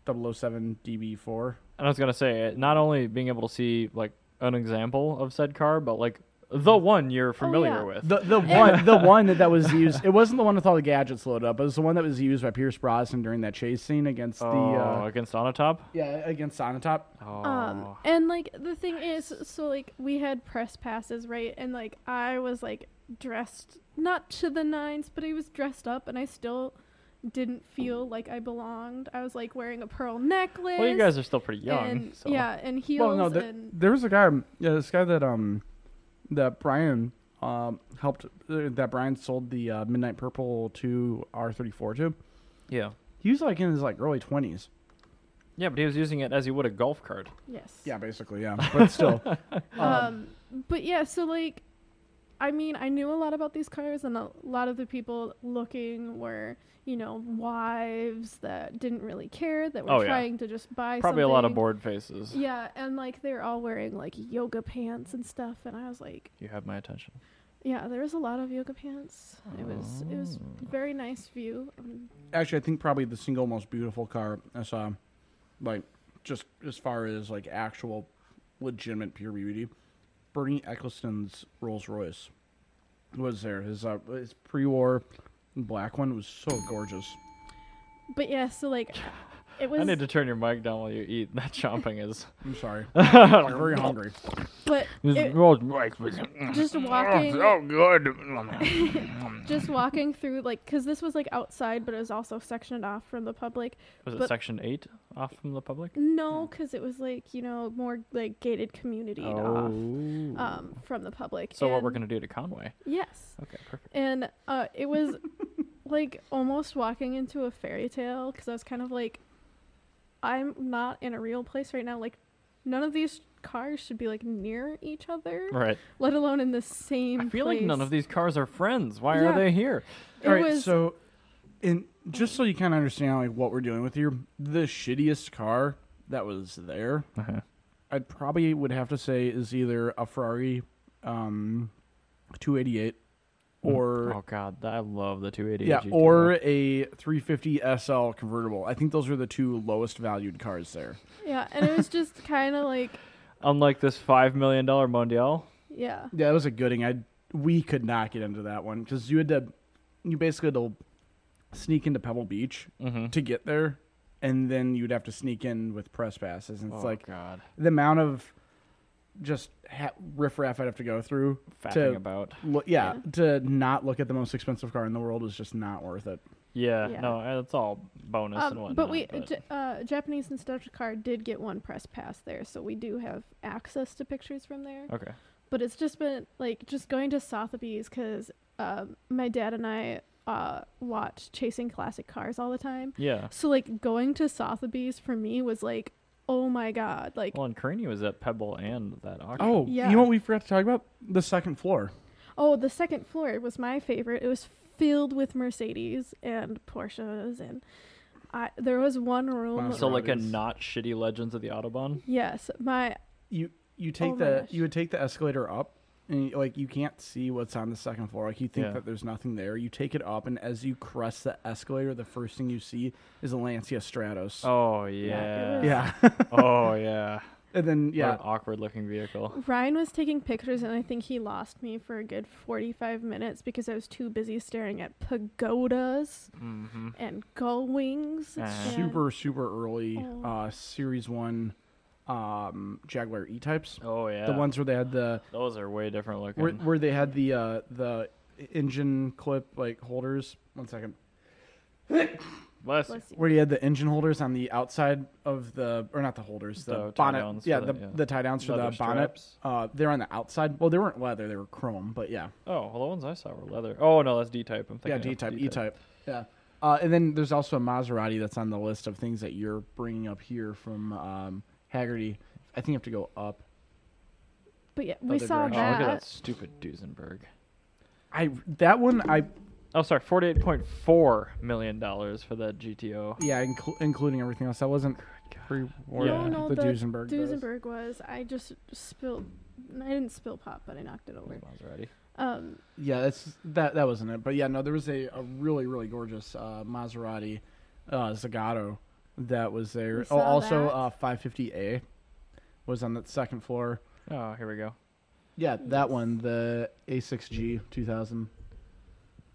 B: 007 DB4.
A: And I was gonna say, not only being able to see like an example of said car, but like the one you're familiar
C: Oh, yeah.
A: with.
B: The the one the one that was used. It wasn't the one with all the gadgets loaded up. It was the one that was used by Pierce Brosnan during that chase scene against
A: oh,
B: the uh,
A: against Onatop.
B: yeah against Sonatop.
A: Oh.
C: um and like the thing is so like we had press passes, right? And like I was like dressed not to the nines, but I was dressed up and I still didn't feel like I belonged. I was like wearing a pearl necklace.
A: Oh. well, you guys are still pretty young.
C: and,
A: so.
C: yeah, and heels
B: Well, no, th-
C: and
B: there was a guy. Yeah, this guy that um, that Brian um helped. Uh, that Brian sold the uh, Midnight Purple to R thirty four to.
A: Yeah.
B: He was like in his like early twenties.
A: Yeah, but he was using it as he would a golf cart.
C: yes.
B: basically, yeah. But still,
C: Um, but yeah, so like, I mean, I knew a lot about these cars, and a lot of the people looking were, you know, wives that didn't really care, that were
A: Oh, yeah.
C: trying to just buy
A: Probably a lot of
C: something.
A: bored faces.
C: Yeah, and like they're all wearing like yoga pants and stuff, and I was like,
A: You have my attention.
C: yeah, there was a lot of yoga pants. It was it was
A: Oh.
C: very nice view. Um,
B: actually, I think probably the single most beautiful car I saw, like, just as far as like actual, legitimate pure beauty, Bernie Eccleston's Rolls Royce was there. His uh, his pre war black one was so gorgeous.
C: But yeah, so like, it
A: I
C: was.
A: need to turn your mic down while you eat. That chomping is.
B: I'm sorry. I'm very hungry.
C: But it,
A: "Oh,
C: just walking.
D: good.
C: just walking through like because this was like outside but it was also sectioned off from the public
A: Was it
C: But-
A: section eight off from the public?
C: no because it was like you know more like gated community off
A: Oh.
C: um, from the public
A: so what we're
C: And-
A: gonna do to Conway?
C: yes
A: Okay, perfect.
C: and uh, it was like almost walking into a fairy tale because i was kind of like i'm not in a real place right now like none of these cars should be like near each other
A: Right.
C: let alone in the same
A: I feel like none of
C: place.
A: these cars are friends. Why
C: Yeah.
A: are they here?
C: it
B: All right,
C: was
B: so and just so you kind of understand like what we're dealing with here, the shittiest car that was there,
A: Uh-huh.
B: I probably would have to say is either a Ferrari um 288 or
A: Oh god, I love the 288.
B: Mm-hmm. yeah,
A: GTR.
B: or a 350 SL convertible. I think those are the two lowest valued cars there.
C: yeah and it was just kind of like
A: unlike this five million dollar Mondial.
C: yeah
B: Yeah, that was a gooding. I we could not get into that one cuz you had to you basically had to sneak into Pebble Beach
A: Mm-hmm.
B: to get there and then you'd have to sneak in with press passes and it's like
A: Oh, god,
B: the amount of just ha- riffraff I'd have to go through
A: fapping
B: to
A: about.
B: lo- yeah,
C: Yeah.
B: to not look at the most expensive car in the world is just not worth it.
A: Yeah,
C: Yeah.
A: no, it's all bonus and
C: Um,
A: whatnot.
C: but we, J- uh, Japanese and Dutch car did get one press pass there, so we do have access to pictures from there.
A: okay.
C: But it's just been like just going to Sotheby's because um, my dad and I uh, watch Chasing Classic Cars all the time.
A: Yeah.
C: So like going to Sotheby's for me was like, oh my god, like
A: Well, and Craney was at Pebble and that auction.
B: Oh,
C: Yeah.
B: you know what we forgot to talk about? The second floor.
C: oh the second floor was my favorite. It was filled with Mercedes and Porsches and I there was one room.
B: Wow.
A: so like a
B: Rowdies.
A: not shitty Legends of the Autobahn.
C: Yes, my
B: You you take
C: Oh my
B: the
C: gosh.
B: you would take the escalator up and you, like you can't see what's on the second floor. Like you think
A: Yeah.
B: that there's nothing there. You take it up and as you crest the escalator, the first thing you see is a Lancia Stratos.
A: Oh
C: Yeah,
A: yeah.
C: it
B: Yeah.
A: oh yeah.
B: and then
A: Yeah.
B: yeah.
A: What an awkward looking vehicle.
C: Ryan was taking pictures and I think he lost me for a good 45 minutes because I was too busy staring at pagodas
A: Mm-hmm.
C: and gull wings.
A: Uh-huh.
C: and-
B: Super super early
C: Oh.
B: uh series 1 um Jaguar E-types.
A: Oh yeah.
B: The ones where they had the
A: Those are way different looking.
B: where, where they had the uh, the engine clip like holders. One second.
A: Bless you.
C: Bless you.
B: Where you had the engine holders on the outside of the or not the holders, the,
A: The tie
B: bonnet.
A: downs
B: Yeah,
A: for
B: the,
A: the- yeah.
B: the tie downs for
A: Leather
B: the bonnet.
A: straps.
B: Uh, they're on the outside. Well, they weren't leather; they were chrome. But yeah,
A: Oh, well, the ones I saw were leather. Oh no, that's D type. I'm thinking.
B: yeah,
A: of
B: D type, E type. Yeah. Uh, and then there's also a Maserati that's on the list of things that you're bringing up here from um, Haggerty. I think you have to go up.
C: But yeah, we
B: Other
C: saw
A: Oh,
B: direction.
A: look at that
C: that.
A: stupid Duesenberg.
B: I that one I
A: Oh, sorry, forty-eight point four million dollars for that GTO.
B: yeah, inclu- including everything else. That wasn't pre war.
A: Yeah.
C: No, no,
B: the,
C: the
B: Duesenberg. does.
C: Duesenberg was. I just spilled. I didn't spill pop, but I knocked it over.
A: Maserati.
C: Um,
B: Yeah, that's that. That wasn't it. But yeah, no, there was a, a really really gorgeous uh, Maserati uh, Zagato that was
C: We
B: there. Oh,
C: saw
B: also
C: that.
B: uh, 550A was on that second floor.
A: Oh, here we go.
B: Yeah, that
C: Yes.
B: one, the A6G 2000.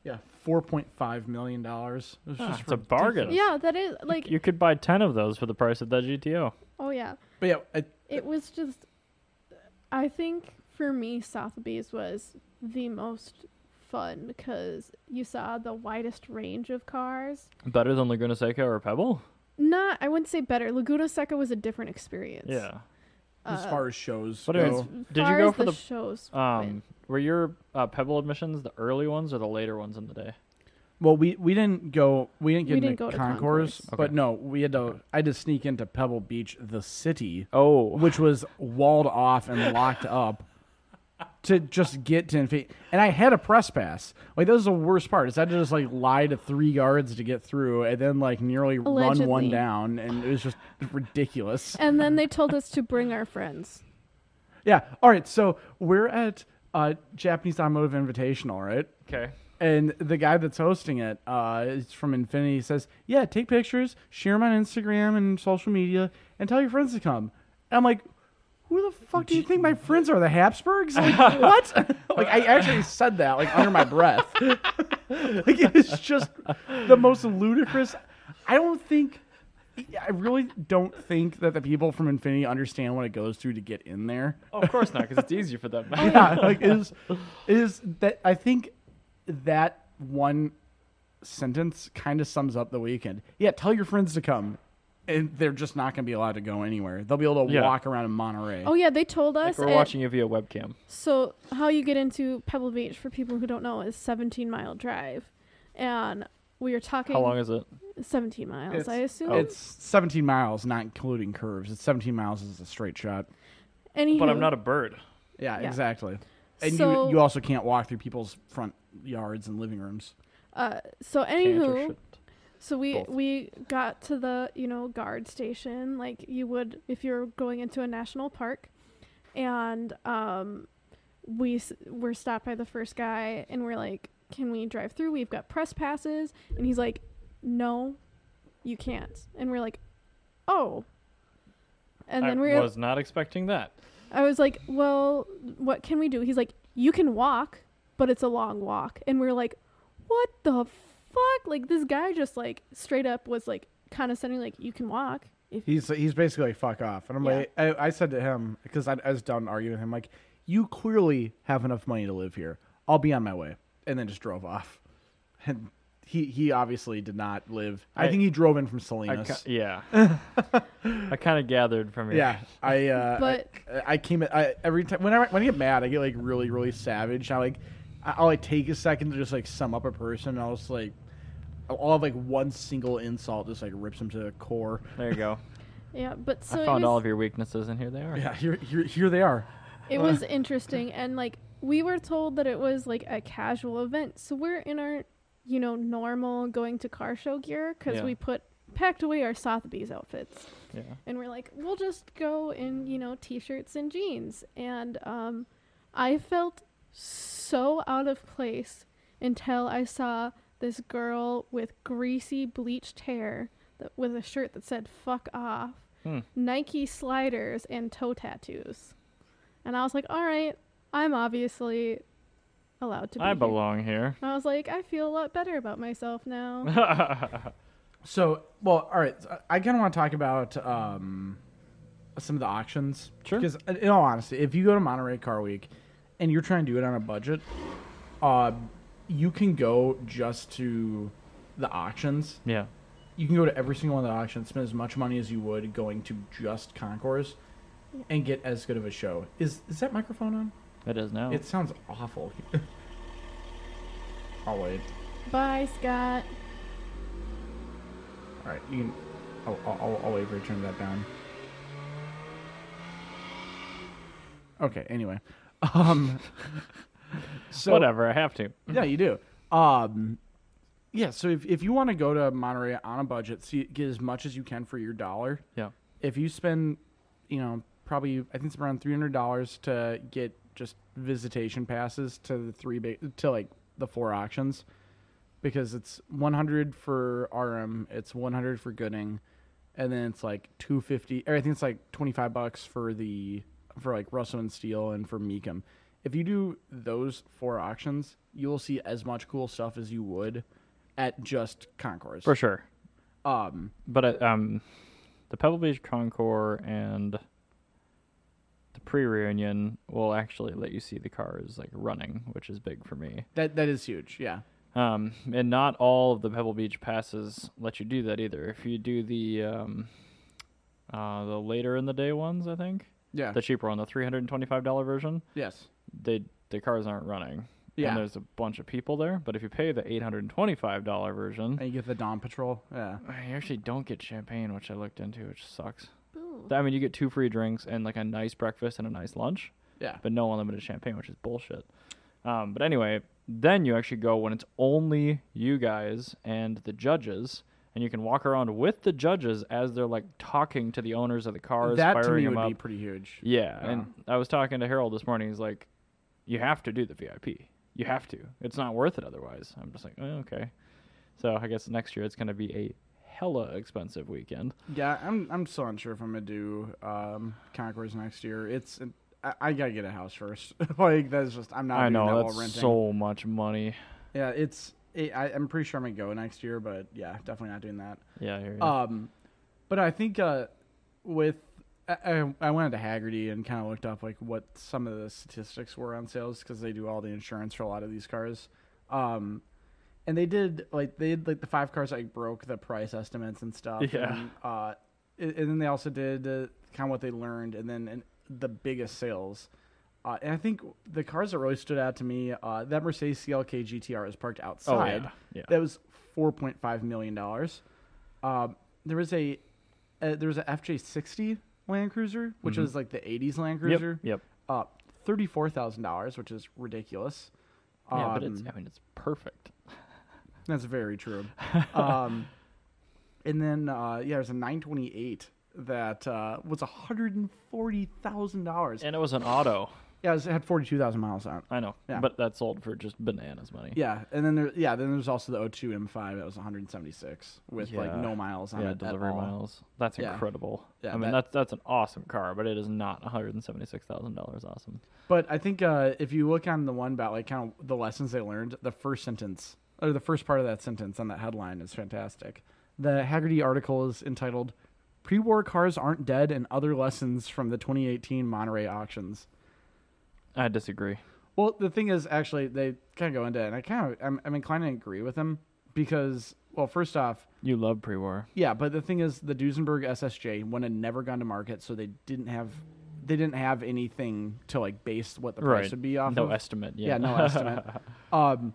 B: Yeah, 4.5 million dollars. It was
A: Ah,
B: just
A: it's a bargain.
B: ridiculous.
C: yeah, that is like.
A: you could buy ten of those for the price of that GTO.
C: Oh yeah,
B: But yeah, I,
C: it was just. I think for me, Sotheby's was the most fun because you saw the widest range of cars.
A: Better than Laguna Seca or Pebble.
C: Not, I wouldn't say better. Laguna Seca was a different experience.
A: Yeah.
B: as
C: Uh,
B: far as shows,
A: But
B: go,
A: anyways, did you
C: far
A: go
C: as
A: for the
C: shows?
A: um?
C: went.
A: Were your uh, Pebble admissions the early ones or the later ones in the day?
B: well, we, we didn't go. We didn't get
C: We
B: into
C: didn't go to
B: Concourse,
C: Concourse.
B: but
A: Okay.
B: no, we had to. I had to sneak into Pebble Beach, the city.
A: Oh,
B: which was walled off and locked up to just get 10 feet. And I had a press pass. Like, that was the worst part is I had to just, like, lie to three guards to get through and then, like, nearly run one
C: Allegedly.
B: down. And it was just ridiculous.
C: and then they told us to bring our friends.
B: Yeah. All right. So we're at uh, Japanese Automotive Invitational, right?
A: okay.
B: And the guy that's hosting it, uh, it's from Infinity, he says, "Yeah, take pictures, share them on Instagram and social media, and tell your friends to come." And I'm like, "Who the fuck do you think my friends are? The Habsburgs? Like, what?" like I actually said that like under my breath. like it is just the most ludicrous. I don't think. I really don't think that the people from Infinity understand what it goes through to get in there
A: Oh, of course not, because it's easier for them.
B: yeah, like it is it is that I think that one sentence kind of sums up the weekend. Yeah, tell your friends to come. And they're just not going to be allowed to go anywhere. They'll be able to
A: Yeah.
B: walk around in Monterey.
C: Oh yeah, they told us.
A: Like we're
C: at-
A: watching it via webcam.
C: So how you get into Pebble Beach for people who don't know is 17 mile drive, and we were talking.
A: How long is Oh, it?
C: 17 miles,
B: It's-
C: I assume.
B: It's 17 miles, not including curves. It's 17 miles is a straight shot.
C: Anywho,
A: But I'm not a bird.
B: Yeah,
C: Yeah.
B: exactly. And
C: So-
B: you, you also can't walk through people's front yards and living rooms.
C: uh, so
A: Can't or
C: anywho,
A: shouldn't.
C: so we
A: both.
C: we got to the you know guard station like you would if you're going into a national park, and um, we s- were stopped by the first guy and we're like, can we drive through? We've got press passes, and he's like, no, you can't. And we're like, oh. And then
A: I
C: we're
A: was not expecting that.
C: I was like, well, what can we do? He's like, you can walk, but it's a long walk. And we are like, what the fuck? Like this guy just like straight up was like condescending, like you can walk. If
B: He's he's basically like fuck off, and I'm
C: Yeah.
B: like I, I said to him because I, I was done arguing with him like you clearly have enough money to live here. I'll be on my way, and then just drove off. And he he obviously did not live. I,
A: I-
B: think he drove in from
A: I
B: Salinas.
A: ki- yeah. I kind of gathered from your
B: yeah, I uh,
C: But-
B: I, I came I, every time whenever when I get mad I get like really really savage. I like I- I'll like take a second to just like sum up a person. And I'll just like, I'll- I'll have like one single insult just like rips them to the core.
A: There you go.
C: Yeah, but so
A: I
C: it
A: found
C: was,
A: all of your weaknesses, and here they are.
B: Yeah, here, here, here they are.
C: it was interesting and like we were told that it was like a casual event so we're in our you know normal going to car show gear because
A: Yeah.
C: we put packed away our sotheby's outfits
A: Yeah.
C: and we're like we'll just go in you know t-shirts and jeans and um i felt so out of place until i saw this girl with greasy bleached hair that, with a shirt that said fuck off
A: Hmm.
C: nike sliders and toe tattoos and i was like all right i'm obviously allowed to be
A: I
C: here."
A: belong here.
C: i was like i feel a lot better about myself now
B: So, well, all right. so I kind of want to talk about um, some of the auctions.
A: Sure.
B: Because, in- in all honesty, if you go to Monterey Car Week and you're trying to do it on a budget, uh, you can go just to the auctions.
A: yeah.
B: You can go to every single one of the auctions, spend as much money as you would going to just concourse, and get as good of a show. Is is that microphone on?
A: It is now.
B: It sounds awful. I'll wait.
C: bye scott
B: All right, you can. I'll, I'll, I'll- I'll wait for you to turn that down. Okay. Anyway, um, so
A: Whatever. I have to.
B: yeah, you do. Um, yeah. So if if you want to go to Monterey on a budget, see, get as much as you can for your dollar.
A: Yeah.
B: If you spend, you know, probably I think it's around three hundred dollars to get just visitation passes to the three ba- to like the four auctions, because it's one hundred for RM, it's one hundred for Gooding, and then it's like two fifty. Or I think it's like twenty five bucks for the for like Russell and Steel and for Meekum. If you do those four auctions, you will see as much cool stuff as you would at just Concourse.
A: For sure.
B: Um,
A: But uh, um, the Pebble Beach Concours and the pre-reunion will actually let you see the cars like running, which is big for me.
B: that that is huge. Yeah.
A: Um, and not all of the Pebble Beach passes let you do that either. If you do the um, uh, the later in the day ones, I think
B: Yeah.
A: the cheaper one, the three hundred and twenty-five dollar version,
B: yes.
A: they the cars aren't running.
B: Yeah.
A: And there's a bunch of people there. But if you pay the eight hundred and twenty-five dollar version,
B: And you get the Dawn Patrol. Yeah.
A: you actually don't get champagne, which I looked into, which sucks.
C: Boo.
A: I mean, you get two free drinks and like a nice breakfast and a nice lunch,
B: Yeah.
A: but no unlimited champagne, which is bullshit. Um, but anyway, then you actually go when it's only you guys and the judges, and you can walk around with the judges as they're like talking to the owners of the cars,
B: that to me
A: firing them
B: would
A: up.
B: be pretty huge.
A: yeah,
B: Yeah.
A: and I was talking to Harold this morning. He's like, "You have to do the VIP. You have to. It's not worth it otherwise." I'm just like, oh, "Okay." So I guess next year it's going to be a hella expensive weekend.
B: Yeah, I'm I'm still unsure if I'm gonna do um Concourse next year. It's I, I gotta get a house first. like that's just I'm not.
A: I
B: doing that
A: know
B: while
A: that's
B: renting.
A: so much money.
B: Yeah, it's it, I, I'm pretty sure I'm gonna go next year, but yeah, definitely not doing that.
A: Yeah, I hear you.
B: Um, but I think uh, with I, I, I went to Haggerty and kind of looked up like what some of the statistics were on sales because they do all the insurance for a lot of these cars. Um, and they did like they did like the five cars like broke the price estimates and stuff.
A: Yeah.
B: And, uh, and and then they also did uh, kind of what they learned and then and the biggest sales. Uh, and I think the cars that really stood out to me, uh, that Mercedes CLK GTR is parked outside.
A: Oh, yeah.
B: That was four point five million dollars. Um, there was a uh, there was a FJ60 Land Cruiser, which is like the '80s Land Cruiser.
A: Mm-hmm. Yep.
B: Uh, thirty-four thousand dollars, which is ridiculous.
A: yeah, but it's
B: Um,
A: I mean it's perfect.
B: that's very true. um, and then uh, yeah, there's a 928 that uh, was hundred and forty thousand dollars.
A: And it was an auto.
B: Yeah, it, was- it had forty-two thousand miles on. it.
A: I know.
B: Yeah.
A: But that sold for just bananas money.
B: Yeah, and then there, yeah, then there's also the O2 M5 that was 176 with like
A: Yeah.
B: no miles on
A: Yeah,
B: it
A: delivery
B: at all.
A: miles. That's
B: Yeah.
A: incredible.
B: Yeah,
A: I mean
B: that-
A: that's that's an awesome car, but it is not one hundred and seventy six thousand dollars awesome.
B: But I think uh, if you look on the one about like kind of the lessons they learned, the first sentence or the first part of that sentence on that headline is fantastic. The Haggerty article is entitled "Pre-War Cars Aren't Dead" and Other Lessons from the 2018 Monterey Auctions.
A: I disagree.
B: Well, the thing is, actually, they kind of go into it, and I kind of I'm, I'm inclined to agree with them because, well, first off,
A: You love pre war.
B: yeah, but the thing is, the Duesenberg SSJ, one had never gone to market, so they didn't have, they didn't have anything to like base what the price
A: right.
B: would be off
A: no
B: of.
A: estimate. Yeah.
B: yeah, no estimate. Um,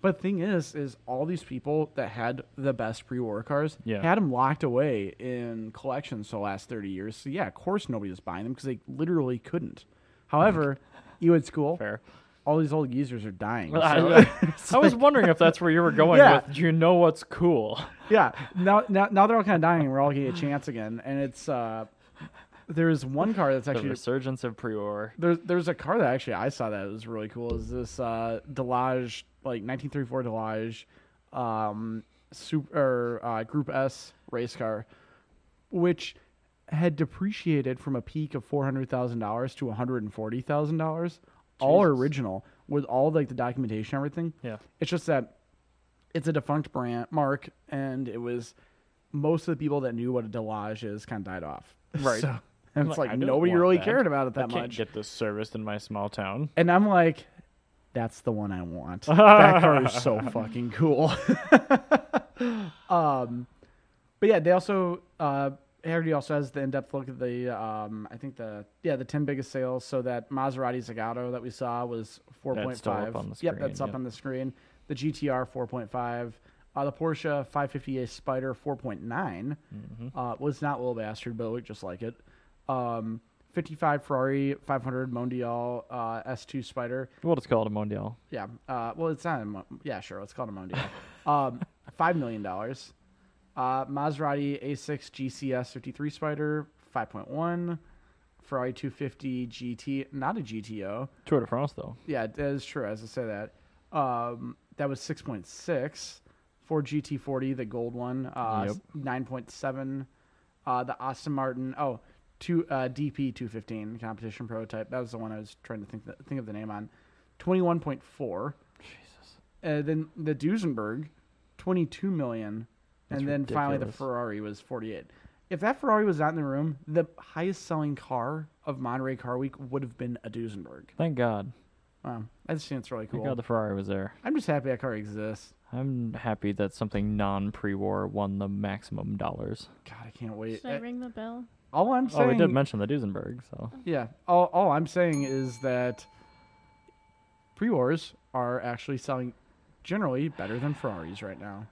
B: but thing is, is all these people that had the best pre-war cars
A: Yeah.
B: had them locked away in collections for the last thirty years. So yeah, of course nobody was buying them because they literally couldn't. However, you at school,
A: Fair.
B: all these old users are dying.
A: Well,
B: so-
A: I, I was wondering if that's where you were going
B: Yeah.
A: with. You know what's cool?
B: yeah. Now, now, now they're all kind of dying. and We're all getting a chance again, and it's uh, there's one car that's
A: The
B: actually
A: resurgence of Prior.
B: there's there's a car that actually I saw that was really cool. Is this uh, Delage like 1934 Delage, um, super or, uh, Group S race car, which had depreciated from a peak of four hundred thousand dollars to one hundred and forty thousand dollars, all
A: Jesus.
B: original with all like the documentation and everything.
A: Yeah.
B: It's just that it's a defunct brand mark, and it was most of the people that knew what a Delage is kind of died off.
A: Right.
B: So, and it's
A: Like,
B: like,
A: I don't
B: nobody
A: want
B: really
A: that.
B: cared about it
A: I
B: that
A: can't
B: much.
A: get this serviced in my small town.
B: And I'm like, that's the one I want. that car is so fucking cool. um, but yeah, they also uh, Hardy also has the in-depth look at the um, I think the yeah the ten biggest sales. So that Maserati Zagato that we saw was four point
A: still up
B: five.
A: on the
B: Yep, that's
A: screen,
B: up
A: yep.
B: on the screen. The GTR four point five. Uh, the Porsche 550A Spider 4.9
A: Mm-hmm.
B: uh, was not Little Bastard, but it looked just like it. Um, 55 Ferrari 500 Mondial uh, S2 Spider.
A: We'll just call it a Mondial.
B: Yeah. Uh, well, it's not. A mo- yeah, sure. Let's call it a Mondial. um, Five million dollars. Uh, Maserati A6 GCS 53 Spider 5.1. Ferrari 250 GT. Not a GTO.
A: Tour de France, though.
B: Yeah, that is true. As I say that, um, that was 6.6 for GT40, the gold one. Uh,
A: Yep.
B: 9.7. Uh, the Austin Martin. Oh, two uh, DP 215 competition prototype. That was the one I was trying to think the, think of the name on. 21.4.
A: Jesus.
B: Uh, then the Duesenberg, 22 million.
A: That's
B: and then finally the
A: ridiculous.
B: Ferrari was 48. If that Ferrari was not in the room, the highest selling car of Monterey Car Week would have been a Duesenberg.
A: Thank God.
B: Wow, I just think it's really
A: Thank
B: cool.
A: God the Ferrari was there.
B: I'm just happy that car exists.
A: I'm happy that something non pre war won the maximum dollars.
B: God, I can't wait.
C: Should I
B: Uh,
C: ring the bell?
B: All I'm
A: Oh, we
B: saying,
A: did mention the Duesenberg, so.
B: yeah, all, all I'm saying is that pre-orders are actually selling generally better than Ferraris right now.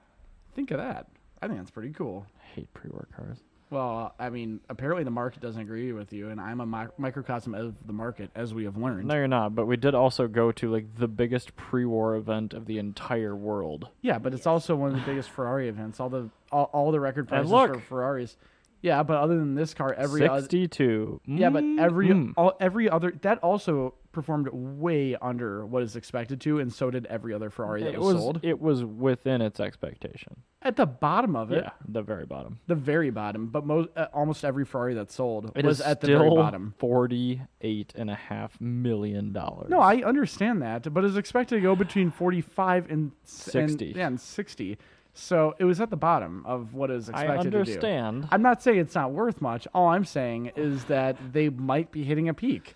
B: Think of that. I think that's pretty cool.
A: I hate pre war cars.
B: Well, I mean, apparently the market doesn't agree with you, and I'm a mi- microcosm of the market, as we have learned.
A: No, you're not, but we did also go to, like, the biggest pre war event of the entire world.
B: Yeah, but it's also one of the biggest Ferrari events. All the all, all the record prices
A: look.
B: for Ferraris. Yeah, but other than this car, every other,
A: 62.
B: Yeah, but every
A: Mm.
B: all, every other that also performed way under what is expected to, and so did every other Ferrari that
A: It
B: was,
A: was,
B: sold.
A: it was within its expectation.
B: At the bottom of it,
A: Yeah, the very bottom.
B: the very bottom, but most uh, almost every Ferrari that sold
A: It is
B: was at the
A: still
B: very bottom.
A: forty-eight and a half million dollars.
B: No, I understand that, but it's expected to go between forty-five and s- and-
A: 60.
B: yeah, and sixty. So it was at the bottom of what is
A: I
B: expected to do.
A: understand.
B: I'm not saying it's not worth much. All I'm saying is that they might be hitting a peak,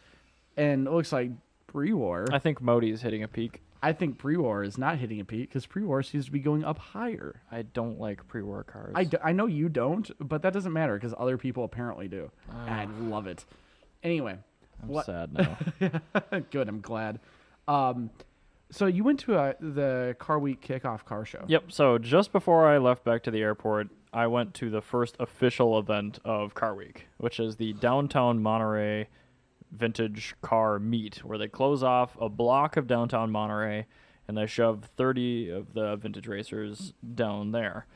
B: and it looks like pre-war.
A: I think Modi is hitting a peak.
B: I think pre-war is not hitting a peak because pre-war seems to be going up higher.
A: I don't like pre-war cars.
B: I, d- I know you don't, but that doesn't matter because other people apparently do.
A: Ah.
B: And I love it. Anyway,
A: am
B: what?
A: sad now.
B: Good, I'm glad. Um, so you went to uh the Car Week kickoff car show.
A: yep. So just before I left back to the airport, I went to the first official event of Car Week, which is the downtown Monterey vintage car meet, where they close off a block of downtown Monterey and they shove 30 of the vintage racers down there.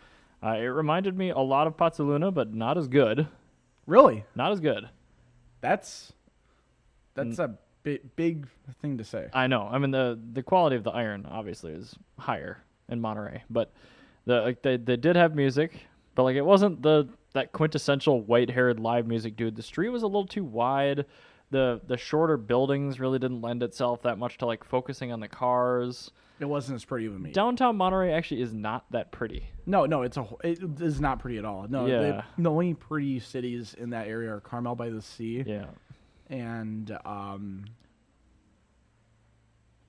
A: Uh, it reminded me a lot of Pazzaluna, but not as good.
B: Really?
A: Not as good.
B: That's that's
A: Mm.
B: a bi- big thing to say.
A: I know. I mean, the the quality of the iron obviously is higher in Monterey, but the like they they did have music, but like it wasn't the that quintessential white-haired live music dude. The street was a little too wide. The the shorter buildings really didn't lend itself that much to like focusing on the cars.
B: It wasn't as pretty of a meet.
A: Downtown Monterey actually is not that pretty.
B: No, no, it's a wh- it is not pretty at all. No,
A: Yeah.
B: the, the only pretty cities in that area are Carmel by the Sea.
A: Yeah.
B: and um,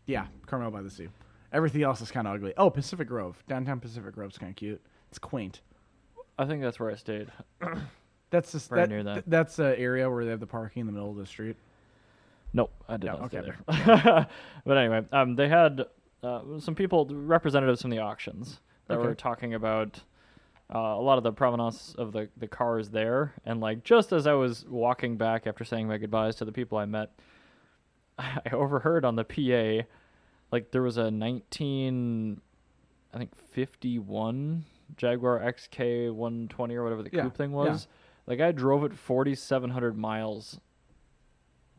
B: yeah, Carmel by the Sea. Everything else is kind of ugly. Oh, Pacific Grove, downtown Pacific Grove's kind of cute. It's quaint.
A: I think that's where I stayed.
B: That's just
A: Very
B: that,
A: near that.
B: th- that's the area where they have the parking in the middle of the street.
A: Nope, I did
B: No,
A: not stay
B: okay.
A: there. but anyway, um, they had uh, some people, representatives from the auctions, that
B: Okay.
A: were talking about uh, a lot of the provenance of the, the cars there. And like, just as I was walking back after saying my goodbyes to the people I met, I overheard on the PA, like there was a 19, I think 51 Jaguar XK 120 or whatever the
B: Yeah,
A: coupe thing
B: yeah.
A: was. Like I drove it 4,700 miles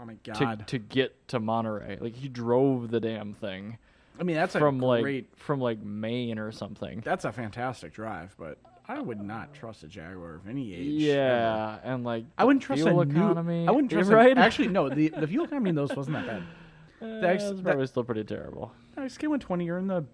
B: Oh my
A: to,
B: god!
A: to get to Monterey. Like he drove the damn thing
B: I mean, that's
A: from
B: a
A: like
B: great.
A: from like Maine or something.
B: That's a fantastic drive, but I would not trust a Jaguar of any age. ever.
A: Yeah, and like
B: I wouldn't trust
A: fuel
B: a new-
A: economy.
B: I wouldn't
A: You're
B: trust a-
A: right.
B: actually, no. The, the fuel economy in those wasn't that bad.
A: uh,
B: ex-
A: it's
B: that-
A: probably still pretty terrible.
B: No, SK one twenty, you're in the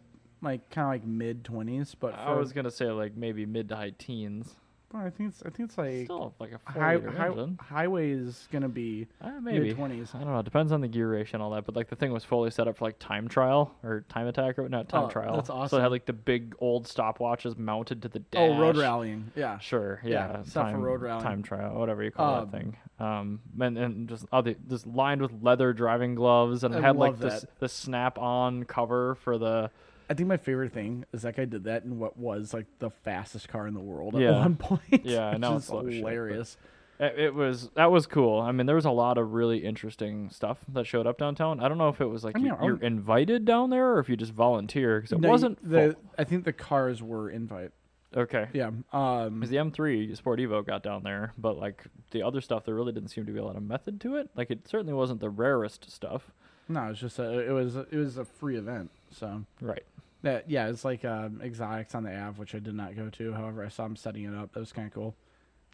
B: like kind of like mid twenties, but for,
A: I was gonna say like maybe mid to high teens.
B: well, I think it's I think it's like
A: Still like a four
B: high,
A: liter
B: high,
A: engine.
B: highway is gonna be
A: Uh,
B: mid
A: maybe.
B: twenties.
A: I don't know. It depends on the gear ratio and all that. But like the thing was fully set up for like time trial or time attack or not time
B: Oh,
A: trial.
B: that's
A: So it
B: awesome.
A: had like the big old stopwatches mounted to the dash.
B: Oh, road rallying, yeah.
A: Sure. Yeah.
B: Yeah, stuff for
A: time,
B: road rallying.
A: Time trial, whatever you call
B: Um,
A: that thing. Um, and, and just all the just lined with leather driving gloves, and it
B: I
A: had like
B: love
A: the s- the snap on cover for the.
B: I think my favorite thing is that guy did that in what was like the fastest car in the world at
A: Yeah.
B: one point.
A: Yeah, I
B: which
A: know
B: is
A: it's a lot of shit, but-
B: hilarious.
A: It, it was that was cool. I mean, there was a lot of really interesting stuff that showed up downtown. I don't know if it was like
B: I mean,
A: you,
B: I
A: you're
B: don't-
A: invited down there or if you just volunteer because it
B: No, you-
A: wasn't
B: the. I think the cars were invite.
A: full. Okay.
B: Yeah. Um.
A: Because the M3 Sport Evo got down there, but like the other stuff, there really didn't seem to be a lot of method to it. Like it certainly wasn't the rarest stuff,
B: No, it was just a, it was it was a free event. So
A: right?
B: that yeah, it's like um, exotics on the Ave, which I did not go to. However, I saw him setting it up. That was kind of cool.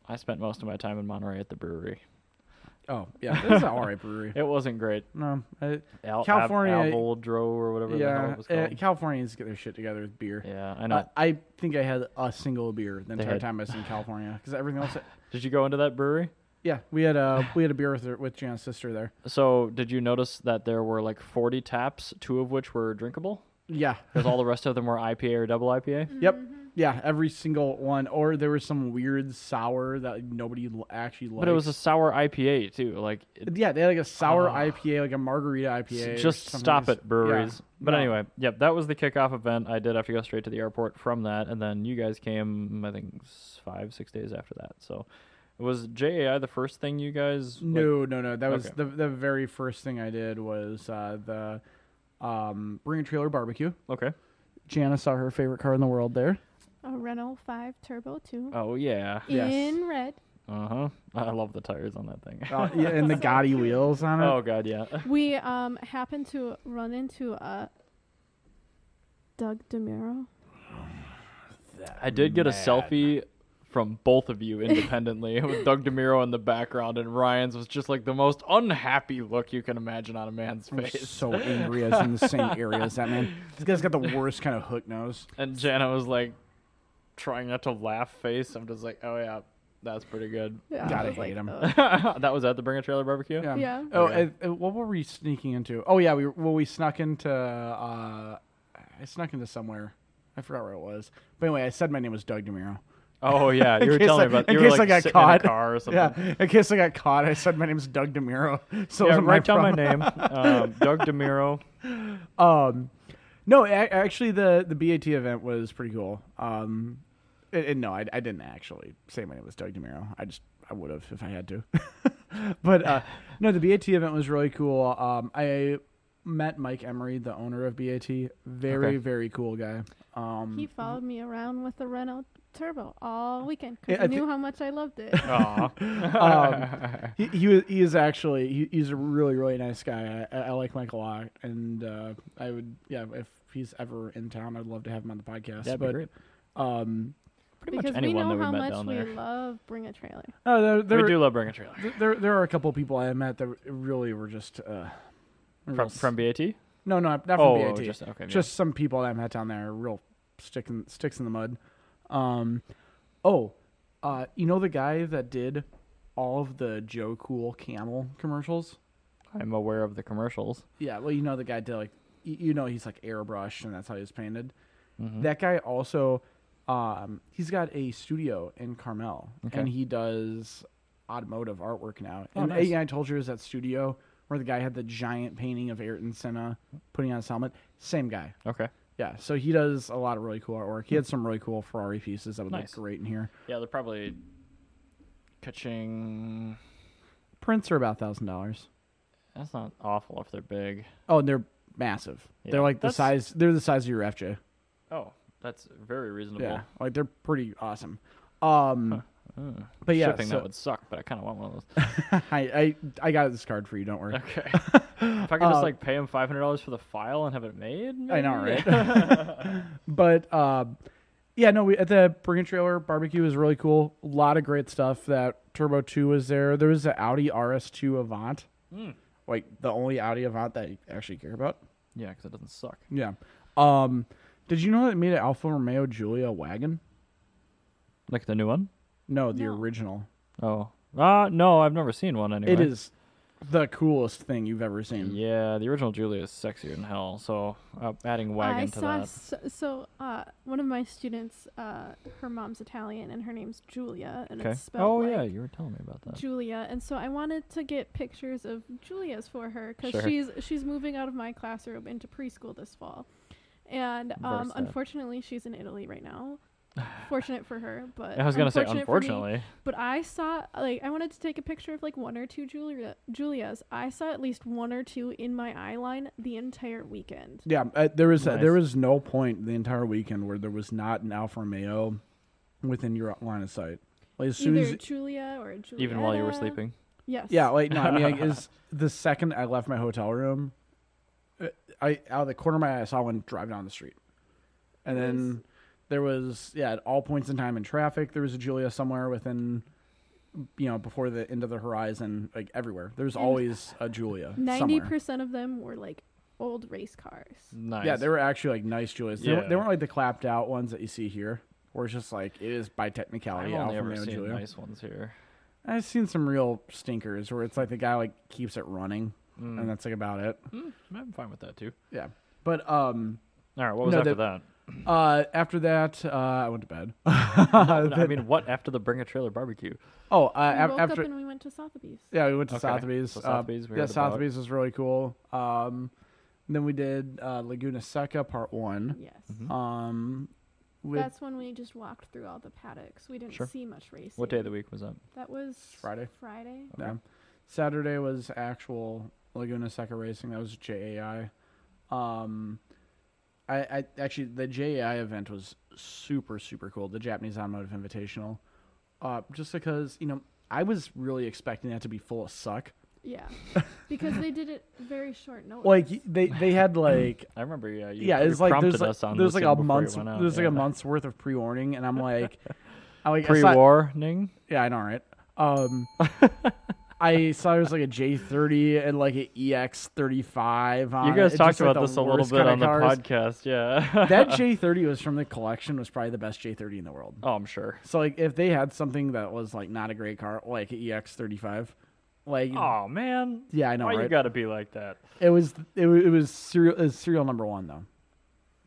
A: I spent most of my time in Monterey at the brewery.
B: Oh yeah, it was an alright brewery.
A: It wasn't great.
B: No, I,
A: Al- Ab-
B: California-
A: Avildro or whatever the hell
B: yeah,
A: it was
B: uh,
A: called.
B: Californians get their shit together with beer.
A: yeah, I know.
B: Uh, I think I had a single beer the
A: They
B: entire
A: had-
B: time I was in California because everything else.
A: did you go into that brewery?
B: Yeah, we had a we had a beer with her, with Jan's sister there.
A: So, did you notice that there were like 40 taps, two of which were drinkable?
B: Yeah,
A: Because all the rest of them were IPA or double IPA?
B: yep, yeah, every single one. Or there was some weird sour that nobody l- actually liked.
A: But it was a sour IPA too. Like, it,
B: yeah, they had like a sour
A: Oh.
B: IPA, like a margarita
A: S-
B: IPA. or
A: just
B: something.
A: stop
B: It's-
A: it, breweries.
B: yeah,
A: But
B: no.
A: anyway, yep, that was the kickoff event. I did have to go straight to the airport from that, and then you guys came, I think, s- five, six days after that. So, was JAI the first thing you guys? like-
B: No, no, no. That was
A: Okay.
B: the the very first thing I did was uh, the um, bring a trailer barbecue.
A: okay.
B: Jana saw her favorite car in the world there.
C: A Renault 5 Turbo 2
A: Oh yeah.
B: yes.
C: in red.
A: Uh huh. I love the tires on that thing.
B: Uh, yeah, and the gaudy wheels on it.
A: oh god, yeah.
C: We um happened to run into uh Doug Demuro.
A: I did get a
B: Man.
A: selfie from both of you independently with Doug DeMiro in the background, and Ryan's was just like the most unhappy look you can imagine on a man's
B: I'm
A: face.
B: so angry as in the same area as that man. This guy's got the worst kind of hook nose.
A: And Jana was like trying not to laugh face. I'm just like, oh yeah, that's pretty good.
C: Yeah, I
B: Gotta
C: was like,
B: hate him.
C: "Ugh."
A: that was at the Bring a Trailer Barbecue.
B: Yeah.
C: Yeah.
B: Oh,
A: Okay.
B: and- and what were we sneaking into? Oh yeah, we well we snuck into uh, I snuck into somewhere. I forgot where it was. But anyway, I said my name was Doug DeMiro.
A: Oh yeah, you
B: In
A: were
B: case I-
A: telling me about.
B: in
A: You were
B: case I
A: like
B: got
A: sitting in a
B: caught.
A: car or something.
B: Yeah. In case I got caught, I said my name's Doug DeMiro. So
A: Yeah,
B: it was
A: write down my
B: promo.
A: name, um, Doug DeMiro.
B: Um, no, a- actually, the the BAT event was pretty cool. Um, and, and no, I, I didn't actually say my name was Doug DeMiro. I just I would have if I had to. but uh, no, the BAT event was really cool. Um, I met Mike Emery, the owner of BAT. Very
A: Okay.
B: very cool guy. Um,
C: He followed me around with the Renault Turbo all weekend
B: Yeah,
C: because
B: I
C: he
B: thi-
C: knew how much I loved it.
A: Aw.
B: um, he, he was he is actually he, he's a really really nice guy. I, I like Mike a lot, and uh, I would yeah if he's ever in town, I'd love to have him on the podcast.
A: That'd be
B: but
A: great.
B: um,
A: Pretty much
C: because we
A: anyone
C: know
A: that we
C: how
A: met
C: much
A: down
C: we
A: there.
C: love Bring a Trailer.
B: oh, there, there,
A: we do love Bring a Trailer
B: Th- There, there are a couple people I met that really were just uh, real
A: from,
B: s-
A: from BAT.
B: no, no, not from
A: oh,
B: BAT. Just,
A: just okay. yeah.
B: some people that I met down there, are real stick in, sticks in the mud. Um, oh, uh, you know the guy that did all of the Joe Cool Camel commercials?
A: I'm aware of the commercials.
B: Yeah, well, you know
A: Mm-hmm.
B: the guy did like, y- you know he's like airbrushed and that's how he was painted. That guy also Um, he's got a studio in Carmel,
A: Okay.
B: and he does automotive artwork now.
A: Oh,
B: and
A: nice.
B: AI told you is that studio where the guy had the giant painting of Ayrton Senna putting on his helmet. Same guy.
A: Okay.
B: Yeah, so he does a lot of really cool artwork. He had some really cool Ferrari pieces that would
A: Hmm. Nice.
B: look great in here.
A: Yeah, they're probably catching.
B: Prints are about thousand dollars.
A: That's not awful if they're big.
B: Oh, and they're massive.
A: Yeah.
B: They're like the
A: That's-
B: size. They're the size of your FJ.
A: Oh, that's very reasonable.
B: Yeah, like they're pretty awesome. Um,
A: Mm.
B: but yeah,
A: shipping
B: so-
A: that would suck, but I kind of want one of those.
B: I, I I got this card for you. Don't worry.
A: Okay. if I could just
B: Uh,
A: like pay him five hundred dollars for the file and have it made.
B: I know,
A: maybe?
B: right? but uh, yeah, no, we at the Brigham Trailer barbecue was really cool. A lot of great stuff. That Turbo Two was there. There was the Audi RS2 Avant,
A: Hmm.
B: like the only Audi Avant that I actually care about.
A: yeah, because it doesn't suck.
B: Yeah. Um, did you know that it made an Alfa Romeo Giulia wagon?
A: Like the new one?
B: No, the
C: No.
B: original.
A: Oh. Uh, no, I've never seen one anyway.
B: It is the coolest thing you've ever seen.
A: Yeah, the original Julia is sexier than hell. So uh, adding wagon
C: Oh, I
A: to
C: saw
A: that.
C: so, so uh, one of my students, uh, her mom's Italian and her name's Julia, and
A: Okay.
C: it's spelled
A: Oh
C: like
A: yeah, you were telling me about that.
C: Julia, and so I wanted to get pictures of Julia's for her because
A: Sure.
C: she's she's moving out of my classroom into preschool this fall, and um,
A: sad.
C: unfortunately she's in Italy right now. Fortunate for her, but
A: I was gonna say
C: for me.
A: unfortunately.
C: But I saw like I wanted to take a picture of like one or two Julia Julias. I saw at least one or two in my eye line the entire weekend.
B: Yeah, uh, there was
A: Nice.
B: there was no point the entire weekend where there was not an Alfa Romeo within your line of sight. Like as soon
C: Either
B: as
C: Julia or Julia.
A: Even while you were sleeping.
C: Yes.
B: yeah, like no, I mean, like, is the second I left my hotel room, uh, I out of the corner of my eye I saw one drive down the street, and
C: Nice.
B: then there was yeah at all points in time in traffic there was a Julia somewhere within, you know, before the end of the horizon like everywhere. There's
C: And
B: always a Julia
C: Ninety
B: somewhere.
C: percent of them were like old race cars.
A: Nice.
B: Yeah, they were actually like nice Julias. They,
A: Yeah.
B: weren't, they weren't like the clapped out ones that you see here, where it's just like it is by
A: Oh, I've
B: technicality.
A: only
B: Alfa
A: ever
B: Romeo
A: seen
B: Giulia.
A: nice ones here.
B: I've seen some real stinkers where it's like the guy like keeps it running,
A: Mm.
B: and that's like about it.
A: Mm, I'm fine with that too.
B: Yeah, but um,
A: All right, what was
B: No,
A: after
B: the-
A: that?
B: uh, after that, uh, I went to bed.
A: No, I mean, what after the Bring a Trailer barbecue?
B: oh, uh,
C: we
B: af-
C: woke
B: after
C: up and we went to Sotheby's.
B: yeah, we went to
A: Okay,
B: Sotheby's.
A: so
B: Uh,
A: Sotheby's we
B: yeah,
A: heard about.
B: Sotheby's was really cool. Um, then we did uh, Laguna Seca Part One.
C: Yes.
B: Um, with
C: That's when we just walked through all the paddocks. We didn't
A: Sure.
C: see much racing.
A: What day of the Oh. week was that?
C: That was
B: Friday.
C: Friday.
A: Okay.
B: Yeah. Saturday was actual Laguna Seca Racing. That was JAI. Um, I, I actually the JAI event was super super cool. The Japanese Automotive Invitational. Uh, just because you know I was really expecting that to be full of suck.
C: Yeah. because they did it very short notice.
B: Like y- they they had like
A: I remember. Yeah, you,
B: yeah,
A: you
B: it's like
A: prompted
B: there's like
A: us on
B: there's
A: this
B: like
A: thing
B: a
A: before you
B: month's
A: went out,
B: there's like
A: yeah.
B: a month's worth of pre warning, and I'm like, I like I saw-
A: pre-warning.
B: Yeah, I know, right? Um, I saw there was like a J30 and like an EX35. On
A: You
B: it.
A: guys
B: Uh, It's
A: talked
B: just, like,
A: about
B: the
A: this a little
B: worst
A: bit
B: kinda
A: on the
B: cars.
A: podcast. Yeah.
B: That J30 was from the collection was probably the best J30 in the world.
A: oh, I'm sure.
B: So like if they had something that was like not a great car, like an EX35, like
A: Oh man.
B: yeah, I know,
A: Why you
B: right?
A: gotta be like that?
B: it was it was, it was serial it was serial number one though.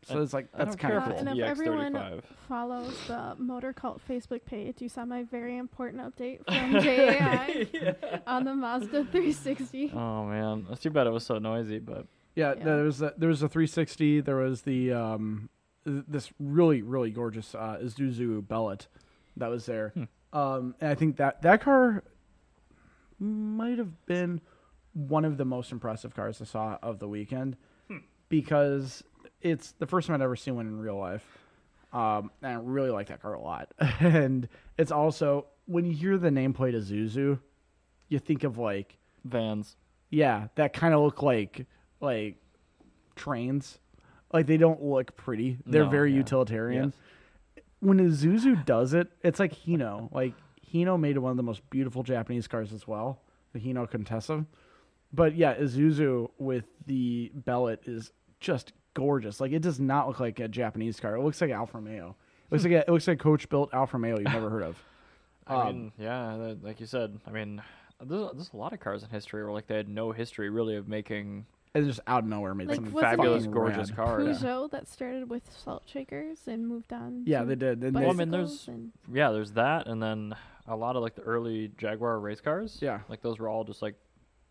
B: So it's like
A: I
B: that's
A: don't
B: kind
A: care if
B: of
C: Uh,
A: it's
B: cool.
C: and if everyone
A: EX35.
C: follows the Motor Cult Facebook page, you saw my very important update from JAI on the Mazda 360.
A: Oh man, it's too bad it was so noisy. But
B: Yeah,
C: Yeah.
B: there was a, there was a 360. There was the um, th- this really really gorgeous uh, Isuzu Bellet that was there. Um, and I think that that car might have been one of the most impressive cars I saw of the weekend because it's the first time I'd ever seen one in real life. Um, and I really like that car a lot. and it's also when you hear the nameplate Isuzu, you think of like
A: vans.
B: yeah, that kind of look like like trains. Like they don't look pretty. They're
A: No,
B: very
A: yeah.
B: utilitarian.
A: Yes.
B: When Isuzu does it, it's like Hino. like Hino made one of the most beautiful Japanese cars as well, the Hino Contessa. But yeah, Isuzu with the Bellet is just gorgeous. Like it does not look like a Japanese car. It looks like Alfa Romeo. It
A: Hmm.
B: looks like a, it looks like coach built Alfa Romeo you've never heard of.
A: I
B: Um,
A: mean, yeah, that, like you said. I mean, there's, there's a lot of cars in history where like they had no history really of making
B: It just out of nowhere made
C: Like,
B: something
C: wasn't it-
A: Fabulous,
B: fucking
A: gorgeous
B: rad.
A: car.
C: Peugeot that started with salt shakers and moved on.
B: Yeah,
C: to
B: they did. Then they-
A: Well, I mean,
C: bicycles
A: there's-
C: and-
A: Yeah, there's that, and then a lot of like the early Jaguar race cars.
B: Yeah.
A: like those were all just like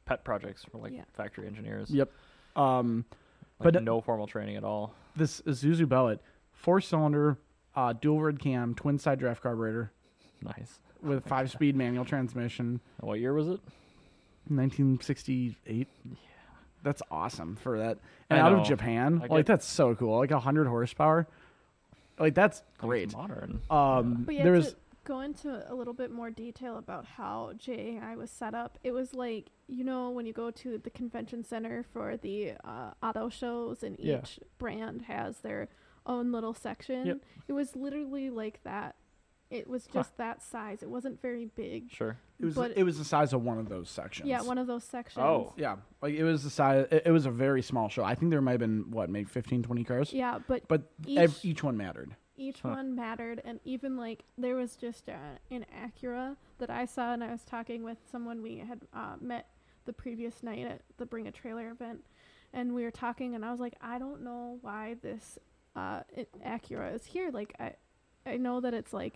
A: pet projects from like
C: Yeah.
A: factory engineers.
B: Yep. Um,
A: like,
B: but-
A: no formal training at all.
B: this Isuzu Bellet, four cylinder, uh, dual red cam, twin side draft carburetor
A: Nice.
B: with five speed manual transmission,
A: And what year was it?
B: 1968. That's awesome for that.
A: I
B: And out
A: know.
B: of Japan,
A: I
B: like
A: get-
B: that's so cool. Like 100 horsepower. Like that's
A: It's
B: great.
A: modern.
B: Um,
C: But yeah,
B: there
C: to
B: was
C: go into a little bit more detail about how JAI was set up. It was like you know when you go to the convention center for the uh, auto shows, and each
A: Yeah.
C: brand has their own little section.
A: Yep.
C: It was literally like that. It was just that size. It wasn't very big.
A: Sure.
B: it was
C: but-
B: it was the size of one of those sections.
C: Yeah, one of those sections.
A: Oh.
B: Yeah, like it was the size. It, it was a very small show. I think there might have been what, maybe 15, 20 cars.
C: Yeah, but
B: But each,
C: E Each-
B: each one mattered.
C: each
A: Huh.
C: one mattered and even like there was just uh, an acura that i saw and i was talking with someone we had uh, met the previous night at the bring a trailer event and we were talking and i was like i don't know why this uh, it, acura is here like i i know that it's like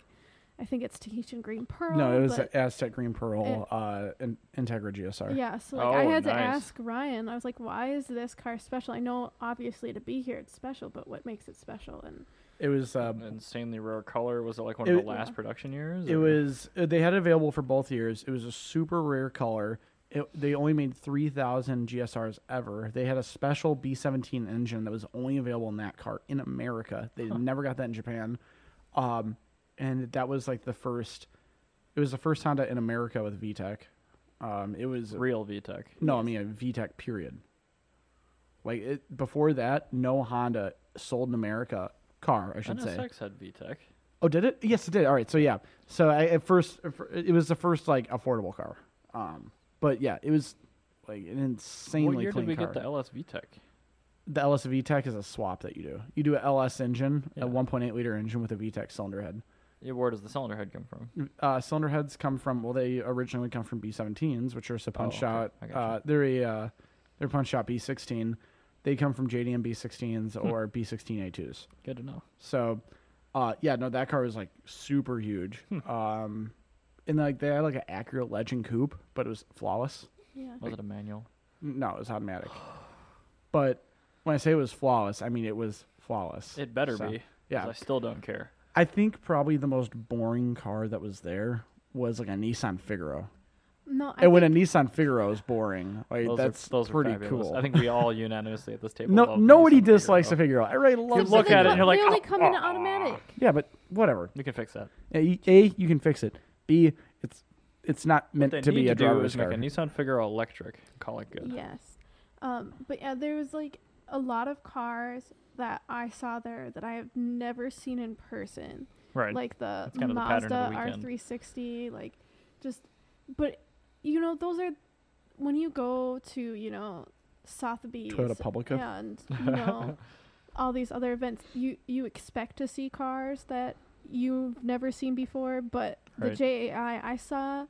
C: i think it's tahitian green pearl
B: no, it was
C: but-
B: the Aztec Green Pearl, uh, in, Integra GSR.
C: yeah, so like I
A: Oh,
C: had to
A: nice.
C: ask Ryan. I was like, "Why is this car special?" I know obviously to be here it's special, but what makes it special? And
B: It was uh,
A: Insanely rare color. Was it like one
B: It-
A: of the last
C: Yeah.
A: production years?
B: It
A: or-
B: was uh, they had it available for both years. It was a super rare color. It, they only made 3,000 GSRs ever. They had a special B17 engine that was only available in that car in America. They never got that in Japan. Um, and that was like the first it was the first Honda in America with VTEC. Um, it was
A: real VTEC.
B: no, I mean a VTEC period. Like it, before that, no Honda sold in America car, I should say.
A: NSX had VTEC.
B: Oh, did it? Yes, it did. All right. So yeah. So I, at first, it was the first like affordable car. Um, but yeah, it was like an insanely
A: What year
B: clean
A: did we
B: car.
A: get the LS VTEC?
B: the LS VTEC is a swap that you do. You do an LS engine,
A: Yeah.
B: a 1.8 liter engine with a VTEC cylinder head.
A: Yeah, where does the cylinder head come from?
B: Uh, cylinder heads come from well, they originally come from B17s, which are so punch
A: Oh, okay.
B: out.
A: I gotcha.
B: Uh, they're a uh, they're punch out B16. They come from JDM B16s
A: Hmm.
B: or B16A2s.
A: Good to know.
B: So, uh, yeah, no, that car was like super huge.
A: Hmm.
B: Um, and like they had like an Acura Legend coupe, but it was flawless.
C: yeah,
A: Was it a manual?
B: No, it was automatic. But when I say it was flawless, I mean it was flawless.
A: It better
B: So,
A: be. 'cause
B: yeah.
A: I still don't care.
B: I think probably the most boring car that was there was like a Nissan Figaro.
C: no, I
B: and when a
C: think-
B: Nissan Figaro is boring, like
A: Those
B: that's
A: are, those are
B: pretty
A: fabulous.
B: cool.
A: I think we all unanimously at this table.
B: no,
A: love the
B: nobody
A: Nissan Figaro.
B: dislikes a Figaro. I really love.
A: look
C: they
A: at it,
C: come-
A: you're like,
C: they only
A: "Oh,
C: come in automatic.
B: Yeah, but whatever.
A: We can fix that.
B: A, A, you can fix it. B, it's it's not meant
A: They
B: to
A: need
B: be a
A: to do
B: driver's
A: is make
B: car.
A: a Nissan Figaro electric. Call it good.
C: Yes. Um, but yeah, there was like a lot of cars that I saw there that I have never seen in person.
A: Right.
C: Like the
A: That's kind of the
C: Mazda
A: pattern of the weekend.
C: R360, like just but you know, those are when you go to, you know, Sotheby's
B: Toyota Publica.
C: and you know all these other events, you you expect to see cars that you've never seen before, but
A: Right.
C: the JAI I saw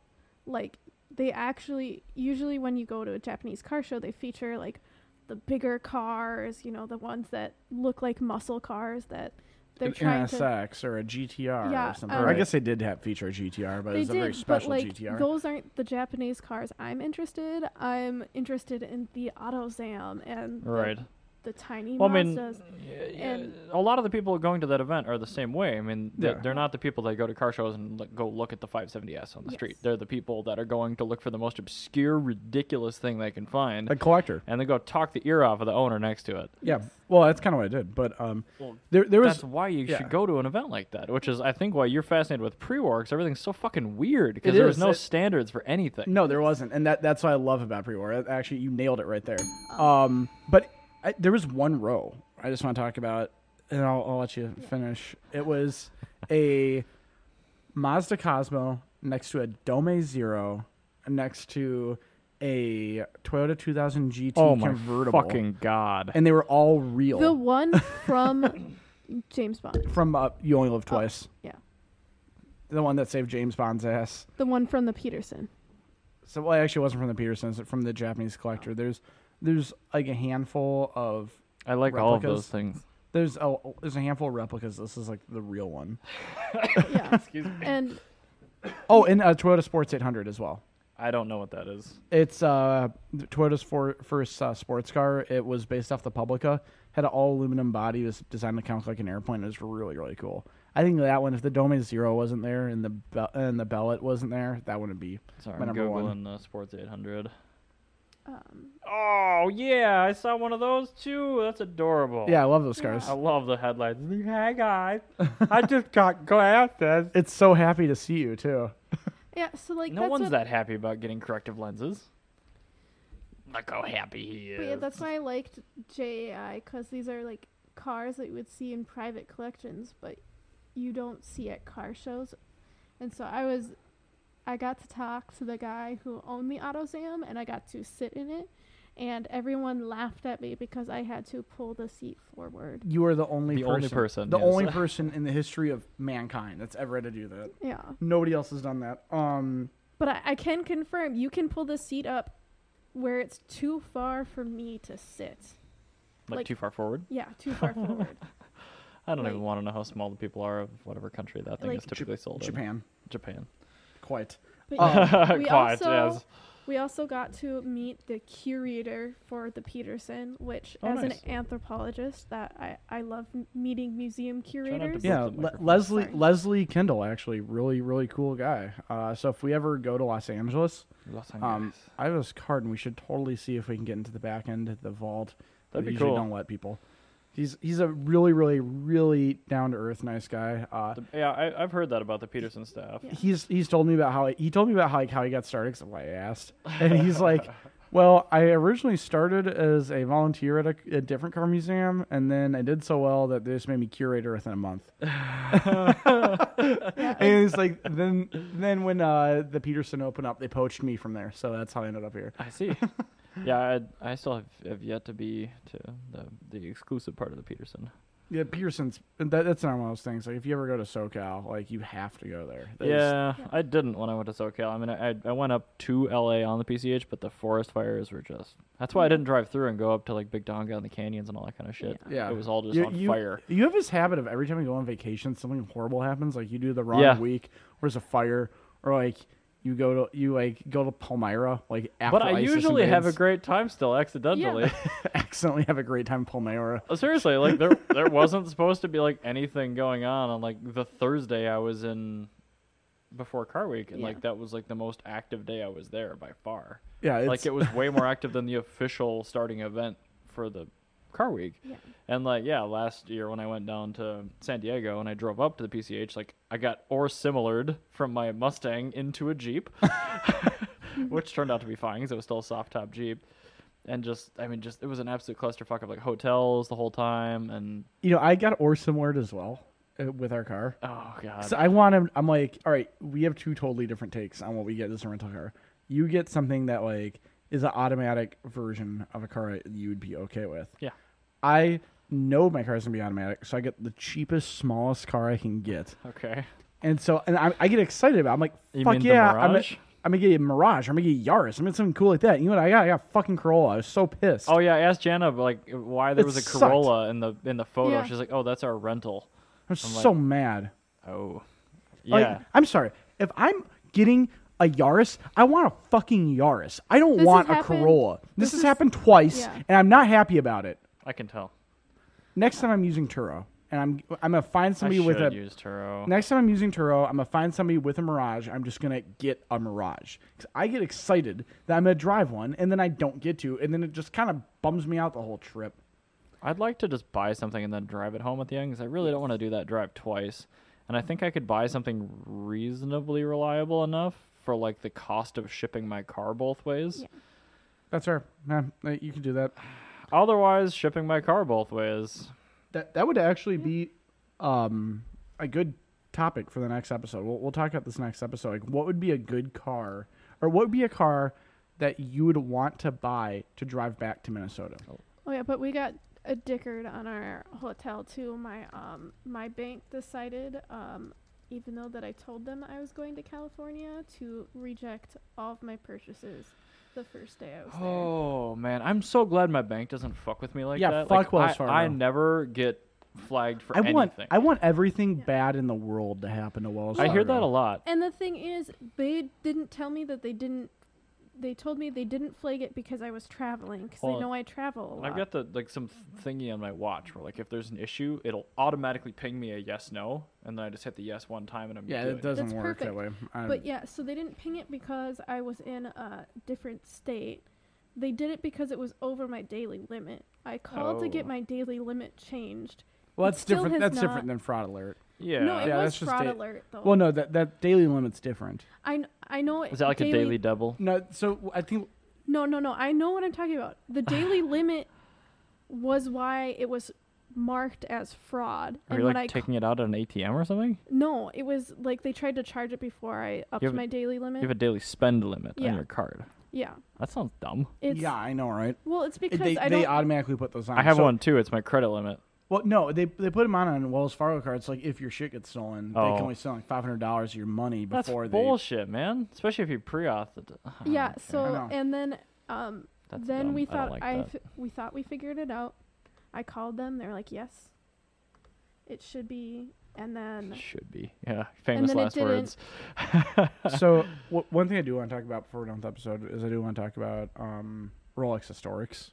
C: like they actually usually when you go to a Japanese car show, they feature like the bigger cars, you know, the ones that look like muscle cars that they're
B: an
C: trying to
B: NSX or a GTR
C: Yeah,
B: or something.
C: um,
B: I guess they did have feature a GTR, but it
C: they
B: was a
C: did,
B: very special
C: but like
B: GTR.
C: those aren't the Japanese cars I'm interested. I'm interested in the AutoZam and the-
A: Right.
C: the, tiny
A: Well, I mean,
C: Mazdas.
A: Yeah, yeah,
C: And-
A: a lot of the people going to that event are the same way. I mean, they're,
B: Yeah.
A: they're not the people that go to car shows and look, go look at the 570s on the
C: Yes.
A: street. They're the people that are going to look for the most obscure, ridiculous thing they can find,
B: a collector.
A: and they go talk the ear off of the owner next to it.
B: Yeah. Well, that's kind of what I did, but um,
A: Well,
B: there there was
A: That's why you
B: yeah.
A: should go to an event like that, which is, I think, why you're fascinated with pre-war because everything's so fucking weird because
B: It
A: there's
B: is.
A: no
B: It-
A: standards for anything.
B: no, there wasn't, and that that's what I love about pre-war. That- Actually, you nailed it right there. Um, but I, there was one row I just want to talk about, and I'll, I'll let you finish. It was a Mazda Cosmo next to a Dome Zero, next to a Toyota 2000 GT
A: Oh
B: convertible.
A: god!
B: and they were all real.
C: The one from James Bond.
B: from uh, You Only Live Twice.
C: yeah.
B: The one that saved James Bond's ass.
C: The one from the Peterson.
B: So, well, it actually wasn't from the Petersons, but from the Japanese collector. There's There's like a handful of
A: I like all of
B: Replicas.
A: those things.
B: there's a there's a handful of replicas. This is like the real one.
C: yeah.
A: Excuse me.
C: And
B: Oh, and a Toyota Sports 800 as well.
A: I don't know what that is.
B: It's uh the Toyota's for, first uh, sports car. It was based off the Publica. Had an all aluminum body. Was designed to kind of look like an airplane. It was really really cool. I think that one, if the Dome Zero wasn't there and the Be- and the Bellet wasn't there, that wouldn't be.
A: Sorry,
B: My
A: I'm
B: number one.
A: googling the Sports 800.
C: um,
A: Oh yeah, I saw one of those too. That's adorable.
B: Yeah, I love those cars.
A: I love the headlights. Hey guys, I just got glasses.
B: It's so happy to see you too.
C: yeah, so like
A: No
C: that's
A: one's
C: what,
A: that happy about getting corrective lenses. Look how happy he is.
C: But yeah, that's why I liked JAI because these are like cars that you would see in private collections, but you don't see at car shows. And so I was, I got to talk to the guy who owned the AutoZam, and I got to sit in it, and everyone laughed at me because I had to pull the seat forward.
B: You are the only
A: The
B: person,
A: only person,
B: the
A: yes.
B: only person in the history of mankind that's ever had to do that.
C: Yeah,
B: Nobody else has done that. Um,
C: but I, I can confirm you can pull the seat up where it's too far for me to sit.
A: like,
C: like-
A: too far forward.
C: Yeah, too far forward.
A: I don't
C: like-
A: even want to know how small the people are of whatever country that thing
C: Like-
A: is typically sold
B: Japan,
A: in. Japan.
B: quite.
C: But
A: Um,
C: we
A: Quiet,
C: also
A: yes.
C: we also got to meet the curator for the Peterson, which
A: Oh,
C: as
A: nice.
C: an anthropologist, that I I love m- meeting museum
A: not to
C: curators.
A: burp.
B: Yeah, Le-
A: the microphone.
B: Leslie
C: Sorry.
B: Leslie Kendall actually really really cool guy. Uh, so if we ever go to Los Angeles,
A: Los
B: um,
A: Angeles.
B: I have his card and we should totally see if we can get into the back end of the vault.
A: That'd
B: They
A: be
B: usually
A: cool.
B: Don't let people. He's he's a really really really down to earth nice guy. Uh,
A: The- yeah, I, I've heard that about the Peterson staff.
C: Yeah.
B: he's he's told me about how he told me about how like how he got started because I asked, and he's like, "Well, I originally started as a volunteer at a, a different car museum, and then I did so well that they just made me curator within a month." and it's like then then when uh, the Peterson opened up, they poached me from there, so that's how I ended up here.
A: I see. yeah, I, I still have, have yet to be to the, the exclusive part of the Peterson.
B: Yeah, Peterson's that, that's not one of those things. Like if you ever go to SoCal, like you have to go there. That is-
A: yeah,
C: Yeah.
A: I didn't when I went to SoCal. I mean, I, I- I went up to LA on the PCH, but the forest fires were just. That's why I didn't drive through and go up to like Big Donga and the canyons and all that kind of shit.
B: Yeah.
A: It was all just
B: You-
A: on
B: you-
A: fire.
B: You have this habit of every time you go on vacation, something horrible happens. Like you do the wrong
A: Yeah.
B: week, or there's a fire, or like you go to you like go to Palmyra like after.
A: But I
B: ISIS
A: usually have a
B: invades.
A: great time still, accidentally.
B: accidentally have a great time in Palmyra.
A: Oh, Seriously, like there there wasn't supposed to be like anything going on on like the Thursday I was in before car week and
C: Yeah.
A: like that was like the most active day I was there by far.
B: Yeah, it's,
A: like it was way more active than the official starting event for the car week.
C: Yeah.
A: And like yeah, last year when I went down to San Diego and I drove up to the PCH, like I got or similared from my Mustang into a Jeep, which turned out to be fine because it was still a soft top Jeep. And just, I mean, just it was an absolute clusterfuck of like hotels the whole time, and
B: you know I got or similar as well uh, with our car.
A: oh god,
B: So I want him. I'm like, all right, we have two totally different takes on what we get as a rental car. You get something that like is an automatic version of a car that you would be okay with.
A: Yeah.
B: I know my car's gonna be automatic, so I get the cheapest, smallest car I can get,
A: okay.
B: and so and I, I get excited about. It. I'm like,
A: You
B: fuck
A: mean the
B: yeah, I'm gonna,
A: Mirage?
B: I'm gonna get a Mirage. I'm gonna get a Yaris. I'm gonna get something cool like that. You know what I got? I got a fucking Corolla. I was so pissed.
A: Oh yeah, I asked Jana like why there
B: It
A: was a
B: sucked.
A: Corolla in the in the photo.
C: Yeah.
A: She's like, oh, that's our rental.
B: I'm
A: like-
B: so mad.
A: Oh, yeah.
B: Like, I'm sorry. If I'm getting a Yaris, I want a fucking Yaris. I don't
C: This has
B: want a
C: happened-
B: Corolla. This,
C: this
B: has
C: is-
B: happened twice,
C: yeah.
B: and I'm not happy about it.
A: I can tell.
B: Next time I'm using Turo, and I'm I'm gonna find
A: I
B: somebody
A: should
B: with a.
A: use Turo.
B: Next time I'm using Turo, I'm gonna find somebody with a Mirage. I'm just gonna get a Mirage 'Cause I get excited that I'm gonna drive one, and then I don't get to, and then it just kind of bums me out the whole trip.
A: I'd like to just buy something and then drive it home at the end because I really don't want to do that drive twice. And I think I could buy something reasonably reliable enough for like the cost of shipping my car both ways.
C: Yeah.
B: That's fair. Yeah, you can do that.
A: Otherwise, shipping my car both ways.
B: That that would actually be um, a good topic for the next episode. We'll, we'll talk about this next episode. Like, what would be a good car, or what would be a car that you would want to buy to drive back to Minnesota?
C: Oh yeah, but we got a dickered on our hotel too. My um my bank decided um even though that I told them I was going to California to reject all of my purchases the first day I was there.
A: Oh man, I'm so glad my bank doesn't fuck with me like
B: Yeah,
A: that.
B: fuck
A: like,
B: Wells Fargo.
A: I, I never get flagged for
B: I
A: anything.
B: want I want everything bad in the world to happen to Wells.
A: I hear that
B: Fargo.
A: a lot.
C: And the thing is, they didn't tell me that they didn't. They told me they didn't flag it because I was traveling because
A: Well,
C: they know I travel a lot.
A: I've got the like some thingy on my watch where like if there's an issue, it'll automatically ping me a yes no, and then I just hit the yes one time and I'm
B: Yeah,
A: good.
B: it doesn't
C: That's
B: work that
C: perfect.
B: way. I,
C: But yeah, so they didn't ping it because I was in a different state. They did it because it was over my daily limit. I called to get
A: Oh.
C: my daily limit changed.
B: well,
C: it
B: that's
C: still
B: different.
C: has
B: That's
C: not- Oh.
B: different than fraud alert.
A: Yeah.
C: No, it
B: Yeah,
C: was
B: that's just
C: fraud
B: da-
C: alert though.
B: Well, no, that that daily limit's different.
C: I, kn- I know it.
A: Is that like a daily double?
B: No, so I think
C: No, no, no. I know what I'm talking about. The daily limit was why it was marked as fraud.
A: Are you
C: when
A: like
C: I ca-
A: taking it out at an ATM or something?
C: no, it was like they tried to charge it before I upped
A: have a-
C: my daily limit.
A: You have a daily spend limit on
C: Yeah.
A: your card.
C: yeah,
A: That sounds dumb.
C: it's
B: yeah, I know, right?
C: Well, it's
B: It-
C: because
B: they
C: I
B: they
C: don't.
B: automatically put those on.
A: I have
B: So-
A: one too. It's my credit limit.
B: Well, no, they they put them on on Wells Fargo cards. Like if your shit gets stolen, they
A: Oh.
B: can only sell like five hundred dollars of your money
A: That's
B: before they.
A: bullshit, man. Especially if you pre-auth it.
C: yeah.
A: Okay.
C: So
B: know.
C: and then um
A: That's
C: then
A: dumb.
C: we
A: I don't
C: thought
A: like
C: I
A: that.
C: fi- we thought we figured it out. I called them. They're like, yes, it should be. And then
A: should be. Yeah, famous
C: then it
A: last
C: didn't.
A: words.
B: so w- one thing I do want to talk about before we're done with the episode is I do want to talk about um, Rolex Historics.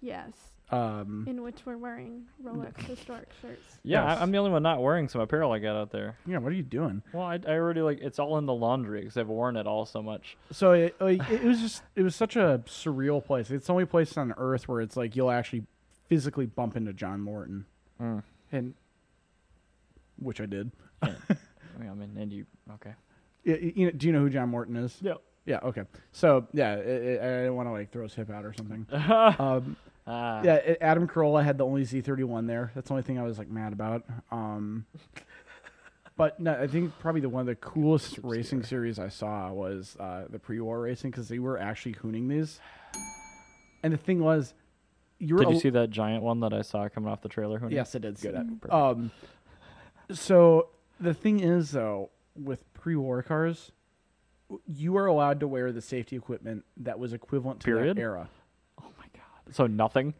C: yes,
B: Um,
C: in which we're wearing Rolex historic shirts.
A: Yeah,
B: Yes.
A: I, I'm the only one not wearing some apparel I got out there.
B: yeah, what are you doing?
A: Well, I, I already like it's all in the laundry because I've worn it all so much.
B: So it, like, it was just it was such a surreal place. It's the only place on Earth where it's like you'll actually physically bump into John Morton,
A: Mm.
B: and which I did.
A: I mean, I mean, and you okay?
B: Y- y- you know, do you know who John Morton is?
A: Yep.
B: Yeah. Okay. So yeah, i i I didn't want to like throw his hip out or something. um,
A: Ah,
B: yeah, i Adam Carolla had the only Z31 there. That's the only thing I was like mad about. Um, but no, I think probably the one of the coolest racing series I saw was uh, the pre-war racing because they were actually hooning these. And the thing was, you were
A: Did you
B: al-
A: see that giant one that I saw coming off the trailer? Hooney?
B: Yes, I did see
A: Good.
B: that.
A: Perfect.
B: Um, so the thing is, though, with pre-war cars, you are allowed to wear the safety equipment that was equivalent to
A: Period?
B: that era.
A: Oh my god. So nothing.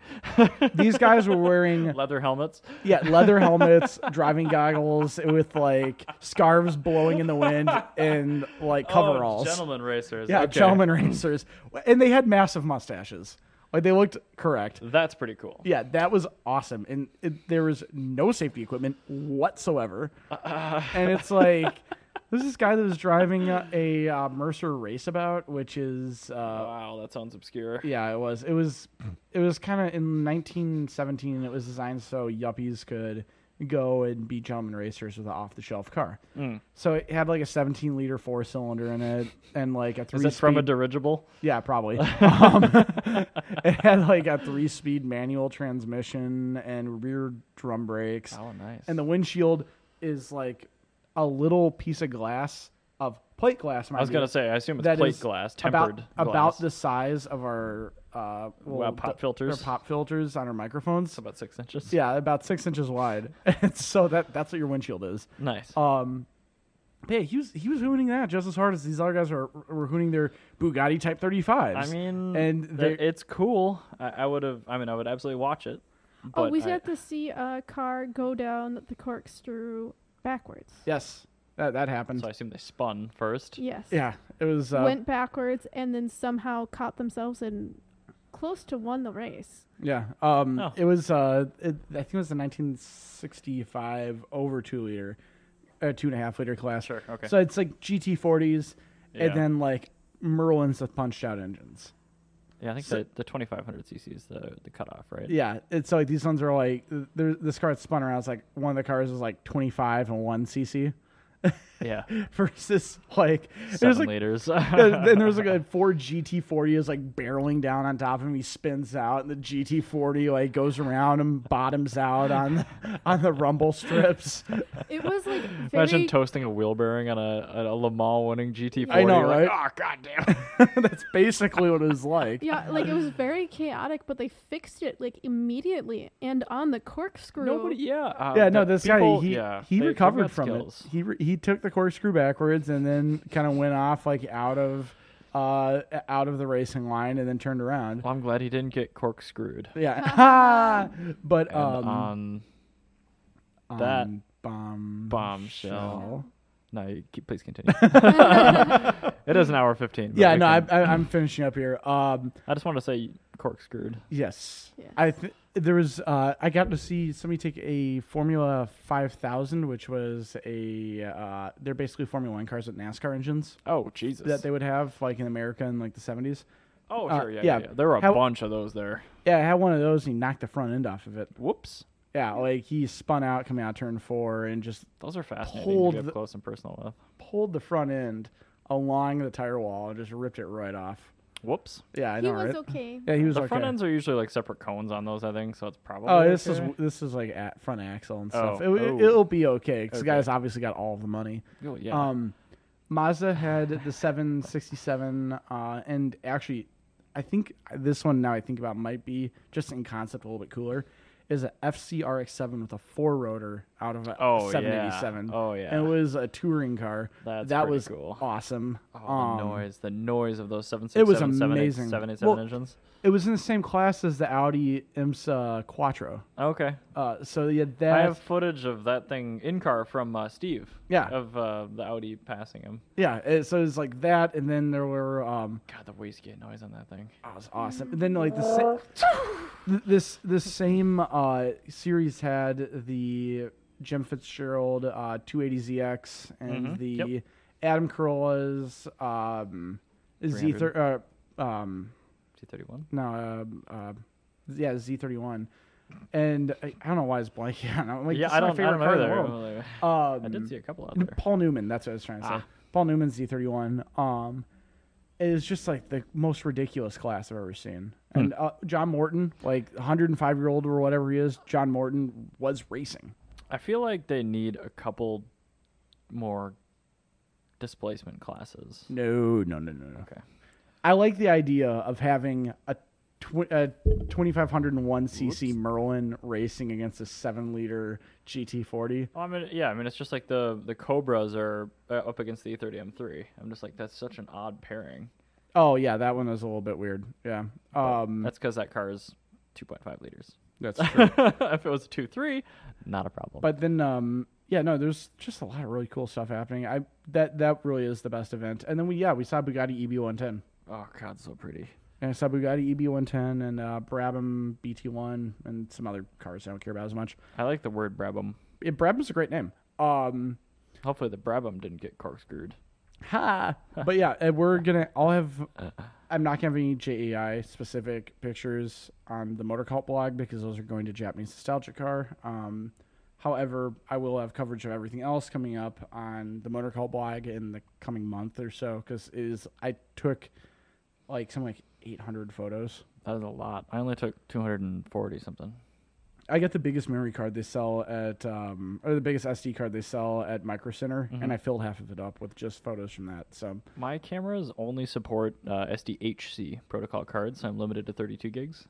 B: These guys were wearing
A: Leather helmets.
B: yeah leather helmets, driving goggles with like scarves blowing in the wind, and like coveralls.
A: Oh, gentlemen racers.
B: yeah,
A: okay.
B: gentlemen racers, and they had massive mustaches. Like they looked correct.
A: That's pretty cool.
B: Yeah, that was awesome. And it, there was no safety equipment whatsoever. And it's like, there's this guy that was driving a, a uh, Mercer race about, which is, uh,
A: Wow, that sounds obscure.
B: yeah, it was. It was, it was kind of in 1917, it was designed so yuppies could go and be gentlemen racers with an off the shelf car.
A: Hmm.
B: So it had like a 17 liter four cylinder in it and like a three
A: Is it from a
B: speed-
A: dirigible?
B: yeah, probably. um, it had like a three speed manual transmission and rear drum brakes.
A: Oh, nice.
B: And the windshield is like a little piece of glass of plate glass.
A: I was gonna say, I assume it's
B: that
A: plate
B: is
A: glass,
B: about,
A: tempered glass.
B: about the size of our uh, little
A: pop
B: d-
A: filters?
B: our pop filters on our microphones.
A: It's about six inches.
B: Yeah, about six inches wide. And so that that's what your windshield is.
A: Nice.
B: Um, but yeah, he was he was hooning that just as hard as these other guys were were hooning their Bugatti Type 35s.
A: I mean,
B: and
A: th-
B: they
A: it's cool. I, I would have. I mean, I would absolutely watch it.
C: Oh,
A: But
C: we
A: I-
C: got to see a car go down the corkscrew backwards.
B: yes, that that happened.
A: so I assume they spun first.
C: Yes.
B: Yeah, it was. Uh,
C: Went backwards and then somehow caught themselves and close to won the race.
B: yeah, um,
A: Oh.
B: it was. Uh, it, I think it was the 1965 over two liter, uh, two and a half liter class.
A: Sure, okay.
B: So it's like GT40s,
A: Yeah.
B: and then like Merlins with punched out engines.
A: Yeah, I think
B: So-
A: the, the 2500 cc is the the cutoff, right?
B: Yeah, it's like these ones are like there- this car spun around. It's like one of the cars is like 25 and one cc
A: Yeah.
B: versus like
A: Seven
B: like
A: liters.
B: And then there's like a Ford GT40 is like barreling down on top of him. He spins out, and the GT40 like goes around and bottoms out on on the rumble strips.
C: It was like very
A: Imagine toasting a wheel bearing on a, a Le Mans winning GT40.
B: I know, right?
A: like,
B: Oh goddamn! That's basically what it was like.
C: yeah, like it was very chaotic, but they fixed it like immediately and on the corkscrew.
A: Nobody. Yeah. uh,
B: Yeah, no,
A: the
B: this
A: people-
B: guy he
A: yeah,
B: he
A: they- they've
B: recovered
A: got
B: from
A: skills.
B: it. He re- he took the corkscrew backwards and then kind of went off like out of uh, out of the racing line and then turned around.
A: Well, I'm glad he didn't get corkscrewed.
B: Yeah. but
A: And
B: um,
A: on that
B: um, bomb
A: bombshell.
B: shell.
A: No, you keep, please continue. it is an hour fifteen. but
B: Yeah,
A: we
B: no, I,
A: can-
B: I, I'm finishing up here. Um,
A: I just want to say corkscrewed.
B: yes,
C: Yeah.
B: I th- there was uh, I got to see somebody take a Formula 5000, which was a uh, they're basically Formula One cars with NASCAR engines
A: Oh Jesus!
B: that they would have like in America in like the 70s.
A: oh
B: uh,
A: sure, yeah,
B: yeah.
A: yeah, There were a
B: How-
A: bunch of those there.
B: Yeah, I had one of those and he knocked the front end off of it.
A: Whoops.
B: Yeah, like he spun out coming out of turn four and just
A: Those are fascinating
B: Pulled
A: to get
B: the-
A: up close and personal with.
B: pulled the front end along the tire wall and just ripped it right off.
A: Whoops.
B: Yeah, I
C: he
B: know,
C: was
B: right?
C: okay.
B: Yeah, he was
A: the
B: okay.
A: front ends are usually like separate cones on those, I think. So it's probably.
B: Oh, this
A: okay.
B: is this is like at front axle and stuff.
A: Oh,
B: It,
A: oh.
B: will be okay because
A: Okay.
B: the guy's obviously got all the money.
A: Oh, yeah.
B: Um, Mazda had the 767, uh, and actually, I think this one now I think about might be just in concept a little bit cooler. Is a FCRX7 with a four rotor out of a
A: Oh, yeah.
B: 787.
A: Oh,
B: and
A: yeah.
B: it was a touring car.
A: That's
B: that
A: pretty
B: was
A: cool.
B: awesome.
A: oh,
B: Um,
A: the noise, the noise of those seven six
B: it was
A: seven, seven, eight,
B: amazing.
A: seven, eight, seven
B: Well-
A: engines.
B: It was in the same class as the Audi IMSA Quattro.
A: Okay,
B: Uh, so you had that.
A: I have footage of that thing in car from uh, Steve.
B: Yeah.
A: of uh, the Audi passing him.
B: Yeah, it, so it's like that, and then there were um,
A: God, the wastegate noise on that thing.
B: oh, it was awesome. And then like the sa- th- this the same uh, series had the Jim Fitzgerald uh, 280ZX and
A: Mhm,
B: the
A: yep.
B: Adam Carolla's um, Z thir- uh, um,
A: T thirty one.
B: no uh, uh, yeah Z31, and I, I don't know why it's blanking. on it. I'm like,
A: yeah,
B: this
A: I
B: is my
A: don't, I
B: favorite
A: don't
B: car
A: know
B: in the
A: either.
B: world.
A: Well,
B: Um,
A: I did see a couple out there.
B: Paul Newman. That's what I was trying to say.
A: Ah.
B: Paul Newman's Z31. Um, is just like the most ridiculous class I've ever seen. And uh, John Morton, like 105 year old or whatever he is, John Morton was racing.
A: I feel like they need a couple more displacement classes.
B: No, no, no, no, no.
A: Okay.
B: I like the idea of having a, tw- a 2501 cc Merlin racing against a seven liter GT40.
A: Well, Oh, I mean, yeah, I mean, it's just like the the Cobras are uh, up against the E30M3. I'm just like, that's such an odd pairing.
B: Oh yeah, that one was a little bit weird. Yeah, um,
A: That's because that car is 2.5 liters.
B: that's true.
A: if it was a 2.3, not a problem.
B: But then, um, yeah, no, there's just a lot of really cool stuff happening. I that that really is the best event. And then we yeah we saw Bugatti E EB110
A: oh god, so pretty.
B: and I saw Bugatti E EB110 and uh, Brabham BT1 and some other cars I don't care about as much.
A: I like the word Brabham.
B: Yeah, Brabham's a great name. Um,
A: Hopefully, the Brabham didn't get corkscrewed.
B: ha. but yeah, and we're gonna. I'll have. I'm not gonna have any JEI specific pictures on the Motor Cult blog because those are going to Japanese Nostalgia Car. Um, however, I will have coverage of everything else coming up on the Motor Cult blog in the coming month or so because it is. I took like some like 800 photos.
A: That is a lot. I only took 240 something.
B: I got the biggest memory card they sell at, um, or the biggest SD card they sell at Micro Center, and I filled half of it up with just photos from that. So
A: My cameras only support uh, SDHC protocol cards. I'm limited to 32 gigs.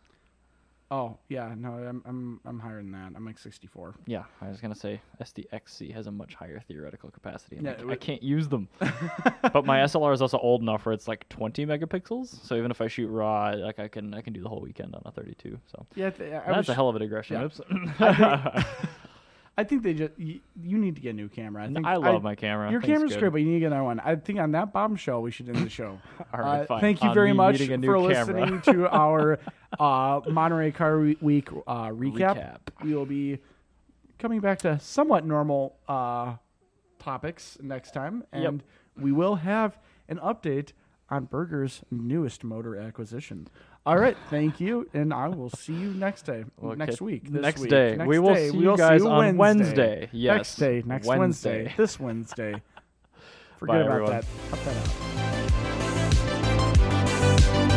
B: Oh yeah, no, I'm I'm I'm higher than that. I'm like 64.
A: Yeah, I was gonna say SDXC has a much higher theoretical capacity. And
B: Yeah,
A: I,
B: it
A: c- I
B: would-
A: can't use them. but my SLR is also old enough where it's like 20 megapixels. So even if I shoot raw, I- like I can I can do the whole weekend on a 32. So
B: Yeah, th- I,
A: that's
B: wish-
A: a hell of a digression.
B: yeah.
A: Oops.
B: I think they just you, you need to get a new camera. I think
A: I love my camera.
B: Your
A: I think it's
B: camera's
A: good.
B: great, but you need to get another one. I think on that bombshell, we should end the show.
A: All right,
B: Uh,
A: fine.
B: Thank you
A: On
B: very
A: me
B: much
A: needing a new
B: for
A: camera.
B: listening to our uh, Monterey Car Re- Week uh, recap.
A: Recap.
B: We will be coming back to somewhat normal uh, topics next time, and we will have an update on Burger's newest motor acquisition. All right, thank you, and I will see you next day,
A: Look
B: next
A: at-
B: week, this
A: next
B: week,
A: day.
B: next
A: We will
B: day.
A: see you guys on Wednesday.
B: next
A: Yes,
B: day, next Wednesday,
A: Wednesday.
B: this Wednesday. Forget
A: Bye,
B: about
A: everyone.
B: that. Cut that out.